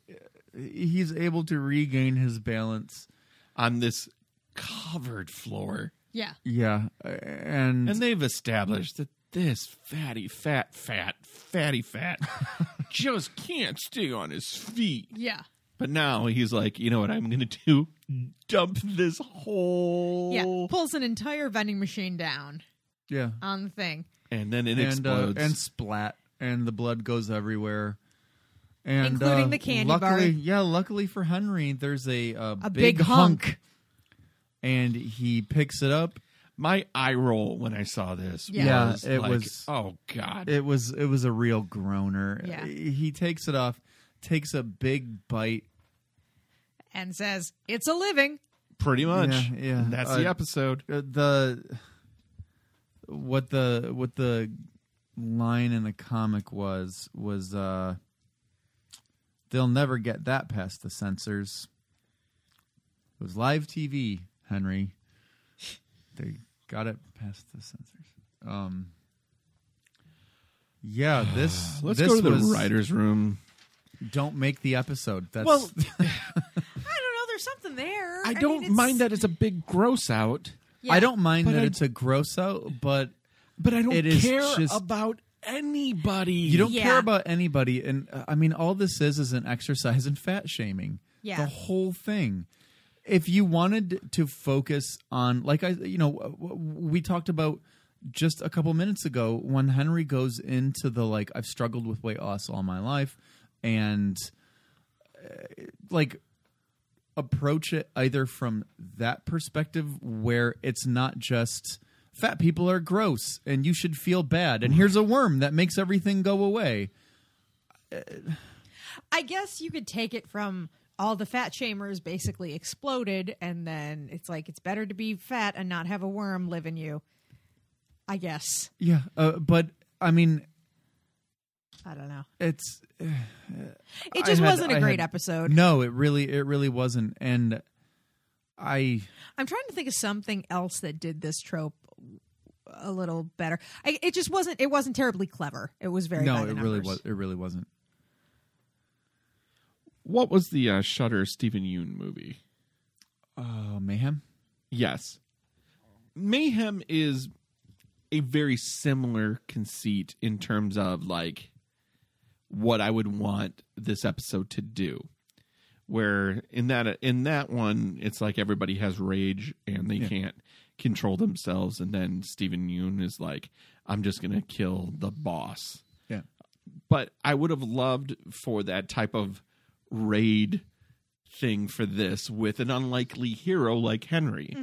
Speaker 3: he's able to regain his balance
Speaker 2: on this covered floor.
Speaker 4: Yeah.
Speaker 3: Yeah, and
Speaker 2: And they've established that this fatty, fat, fat, fatty, fat just can't stay on his feet.
Speaker 4: Yeah.
Speaker 2: But now he's like, you know what I'm going to do? Dump this whole.
Speaker 4: Yeah.
Speaker 3: Oh.
Speaker 4: Pulls an entire vending machine down
Speaker 3: yeah,
Speaker 4: on the thing.
Speaker 2: And then it
Speaker 3: and uh,
Speaker 2: explodes.
Speaker 3: and splat, and the blood goes everywhere. And,
Speaker 4: Including
Speaker 3: uh,
Speaker 4: the candy
Speaker 3: luckily,
Speaker 4: bar.
Speaker 3: Yeah, luckily for Henry, there's a a,
Speaker 4: A
Speaker 3: big,
Speaker 4: big
Speaker 3: hunk. and he picks it up.
Speaker 2: My eye roll when I saw this.
Speaker 3: Yeah.
Speaker 2: was
Speaker 3: Yeah, it
Speaker 2: like,
Speaker 3: was-
Speaker 2: Oh, God.
Speaker 3: It was it was a real groaner.
Speaker 4: Yeah.
Speaker 3: he takes it off, takes a big bite.
Speaker 4: and says, It's a living.
Speaker 2: Pretty much.
Speaker 3: Yeah, yeah.
Speaker 2: And that's the
Speaker 3: Uh,
Speaker 2: episode.
Speaker 3: Uh, the what the what the line in the comic was was uh they'll never get that past the censors it was live tv henry they got it past the censors um yeah this
Speaker 2: Let's
Speaker 3: this
Speaker 2: go to the
Speaker 3: was-
Speaker 2: writer's room.
Speaker 3: don't make the episode that's
Speaker 2: Well,
Speaker 4: I don't know. There's something there.
Speaker 2: I
Speaker 4: mean,
Speaker 2: don't
Speaker 4: it's-
Speaker 2: mind that it's a big gross out,
Speaker 3: i don't mind
Speaker 2: But
Speaker 3: that
Speaker 2: I-
Speaker 3: it's a gross out but
Speaker 2: but I don't
Speaker 3: It is
Speaker 2: care
Speaker 3: just-
Speaker 2: about anybody.
Speaker 3: You don't
Speaker 4: Yeah.
Speaker 3: care about anybody, and uh, I mean, all this is is an exercise in fat shaming.
Speaker 4: Yeah.
Speaker 3: the whole thing. If you wanted to focus on, like I, you know, w- w- we talked about just a couple minutes ago when Henry goes into the like, I've struggled with weight loss all my life, and uh, like approach it either from that perspective where it's not just fat people are gross and you should feel bad and here's a worm that makes everything go away
Speaker 4: I guess you could take it from all the fat shamers basically exploded, and then it's like, it's better to be fat and not have a worm live in you. I guess.
Speaker 3: yeah uh, but i mean
Speaker 4: I don't know.
Speaker 3: it's
Speaker 4: It
Speaker 3: I
Speaker 4: just
Speaker 3: had-
Speaker 4: wasn't a
Speaker 3: I
Speaker 4: great
Speaker 3: had-
Speaker 4: episode.
Speaker 3: no it really it really wasn't and i
Speaker 4: I'm trying to think of something else that did this trope a little better. I, it just wasn't. It wasn't terribly clever. It was very
Speaker 3: no
Speaker 4: by
Speaker 3: it
Speaker 4: the
Speaker 3: really
Speaker 4: numbers.
Speaker 3: was it really wasn't
Speaker 2: What was the uh, Shutter Stephen Yoon movie?
Speaker 3: uh mayhem
Speaker 2: Yes. Mayhem is a very similar conceit in terms of like what I would want this episode to do. Where in that in that one it's like everybody has rage and they can't control themselves and then Stephen Yoon is like I'm just going to kill the boss.
Speaker 3: yeah
Speaker 2: but I would have loved for that type of raid thing for this with an unlikely hero like Henry.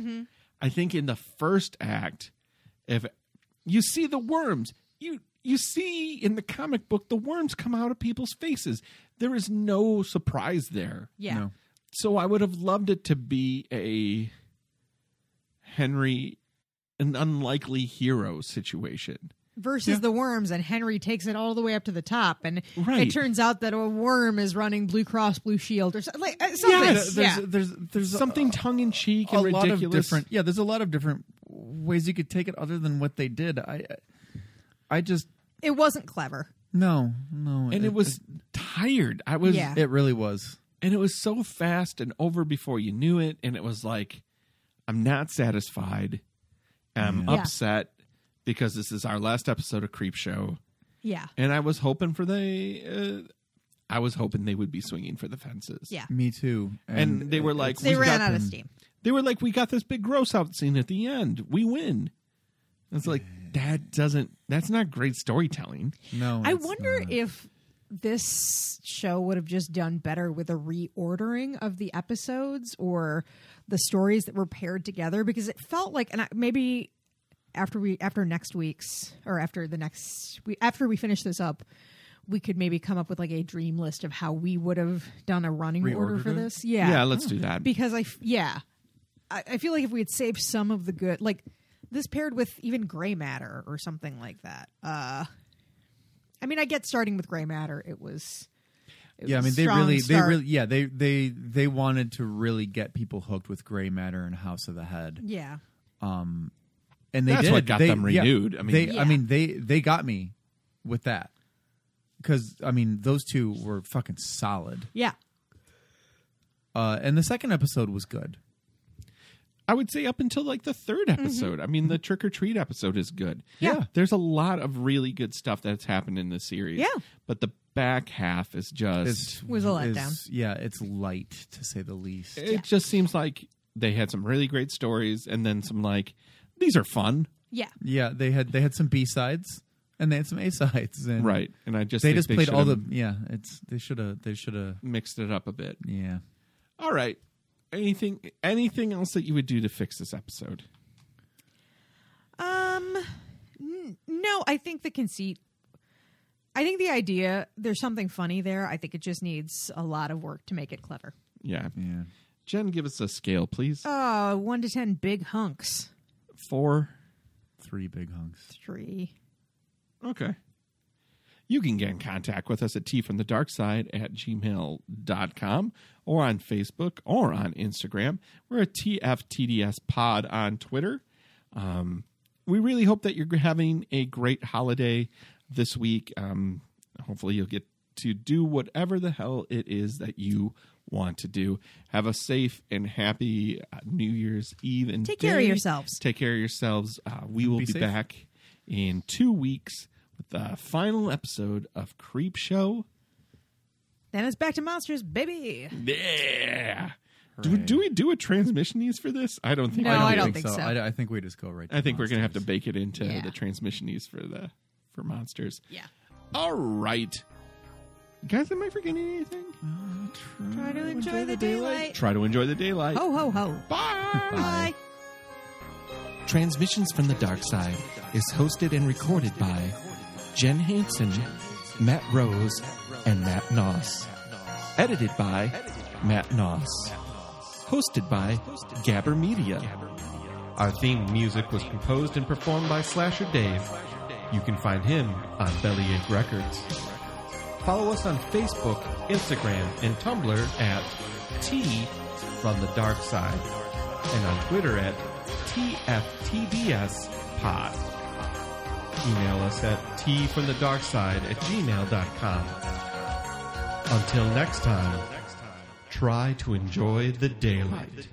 Speaker 2: I think in the first act, if you see the worms, you you see in the comic book the worms come out of people's faces. There is no surprise there.
Speaker 4: Yeah.
Speaker 3: No.
Speaker 2: So I would have loved it to be a Henry an unlikely hero situation.
Speaker 4: Versus the worms, and Henry takes it all the way up to the top, and
Speaker 2: Right.
Speaker 4: it turns out that a worm is running Blue Cross Blue Shield or so, like uh, something.
Speaker 2: Yes.
Speaker 4: yeah.
Speaker 3: there's there's there's a-
Speaker 2: Something tongue in cheek
Speaker 3: Uh, a
Speaker 2: and
Speaker 3: lot
Speaker 2: ridiculous.
Speaker 3: of different yeah there's a lot of different ways you could take it other than what they did i i just
Speaker 4: it wasn't clever.
Speaker 3: no no
Speaker 2: and it was tired. I was,
Speaker 4: Yeah.
Speaker 3: it really was
Speaker 2: and it was so fast and over before you knew it. And it was like, I'm not satisfied. I'm
Speaker 4: Yeah.
Speaker 2: upset because this is our last episode of Creep Show,
Speaker 4: Yeah.
Speaker 2: and I was hoping for the, uh, I was hoping they would be swinging for the fences.
Speaker 4: Yeah.
Speaker 3: me too
Speaker 2: And they were like,
Speaker 4: They
Speaker 2: we
Speaker 4: ran
Speaker 2: got-
Speaker 4: out of steam.
Speaker 2: They were like, we got this big gross out scene at the end. We win. And it's like that doesn't. That's not great storytelling.
Speaker 3: no
Speaker 4: I
Speaker 3: it's
Speaker 4: wonder
Speaker 3: not.
Speaker 4: if this show would have just done better with a reordering of the episodes or the stories that were paired together because it felt like, and I, maybe after we after next week's or after the next we after we finish this up we could maybe come up with like a dream list of how we would have done a running order
Speaker 2: Reordered
Speaker 4: for
Speaker 2: it?
Speaker 4: this yeah
Speaker 2: Yeah, let's do that.
Speaker 4: because i f- yeah I, I feel like if we had saved some of the good like this paired with even gray matter or something like that uh i mean i get starting with gray matter it was it
Speaker 3: yeah, I
Speaker 4: was
Speaker 3: mean they
Speaker 4: strong
Speaker 3: really,
Speaker 4: start.
Speaker 3: they really, yeah, they they they wanted to really get people hooked with gray matter and House of the Head.
Speaker 4: Yeah.
Speaker 3: um, and they
Speaker 2: That's
Speaker 3: did.
Speaker 2: what got
Speaker 3: They-
Speaker 2: them
Speaker 3: yeah,
Speaker 2: renewed. I mean-
Speaker 3: they,
Speaker 2: Yeah.
Speaker 3: I mean, they they got me with that because I mean those two were fucking solid.
Speaker 4: yeah
Speaker 3: Uh, and the second episode was good.
Speaker 2: I would say up until like the third episode. I mean, the trick or treat episode is good.
Speaker 4: Mm-hmm. Yeah.
Speaker 2: There's a lot of really good stuff that's happened in this series.
Speaker 4: Yeah.
Speaker 2: But the back half is just.
Speaker 3: It's,
Speaker 4: Was a letdown.
Speaker 3: is- yeah, it's light to say the least.
Speaker 2: it just seems like they had some really great stories and then some like, these are fun.
Speaker 4: yeah
Speaker 3: Yeah, they had they had some B sides and they had some A sides. And
Speaker 2: Right. And I just
Speaker 3: Mm-hmm. they
Speaker 2: think
Speaker 3: just
Speaker 2: they
Speaker 3: played all the
Speaker 2: should've-
Speaker 3: yeah. It's they should have they should have
Speaker 2: Mixed it up a bit.
Speaker 3: yeah.
Speaker 2: All right. Anything anything else that you would do to fix this episode?
Speaker 4: Um, n- no, I think the conceit. I think the idea there's something funny there. I think it just needs a lot of work to make it clever.
Speaker 2: Yeah. Yeah. Jen, give us a scale, please.
Speaker 4: Uh, one to ten big hunks.
Speaker 2: Four.
Speaker 3: Three big hunks.
Speaker 4: Three.
Speaker 2: Okay. You can get in contact with us at Tea from the Dark Side at gmail.com or on Facebook or on Instagram. We're a TFTDS pod on Twitter. Um, we really hope that you're having a great holiday this week. Um, hopefully, you'll get to do whatever the hell it is that you want to do. Have a safe and happy uh, New Year's Eve and
Speaker 4: Take care of
Speaker 2: day.
Speaker 4: yourselves.
Speaker 2: Take care of yourselves. Uh, we will
Speaker 3: Be
Speaker 2: be,
Speaker 3: safe.
Speaker 2: back in two weeks with the final episode of Creep Show.
Speaker 4: Then it's back to monsters, baby.
Speaker 2: Yeah. Do, do we do a transmissionese for this? I don't think.
Speaker 4: No,
Speaker 2: we
Speaker 4: I
Speaker 2: do.
Speaker 4: don't think so.
Speaker 3: I, I think we just go right. To
Speaker 2: I think we're gonna have to
Speaker 3: monsters.
Speaker 2: bake it into
Speaker 4: Yeah.
Speaker 2: the transmissionese for the for monsters.
Speaker 4: Yeah.
Speaker 2: All right, guys. Am I forgetting anything?
Speaker 4: Try to enjoy the daylight.
Speaker 2: Try to enjoy the daylight.
Speaker 4: Ho ho ho. Bye.
Speaker 2: Transmissions from the Dark Side is hosted and recorded by Jen Hansen, Matt Rose, and Matt Noss. Edited by Matt Noss. Hosted by Gabber Media. Our theme music was composed and performed by Slasher Dave. You can find him on Bellyache Records. Follow us on Facebook, Instagram, and Tumblr at T from the Dark Side, and on Twitter at TFTDS Pod. Email us at T from the Dark Side at gmail.com. Until next time, try to enjoy the daylight.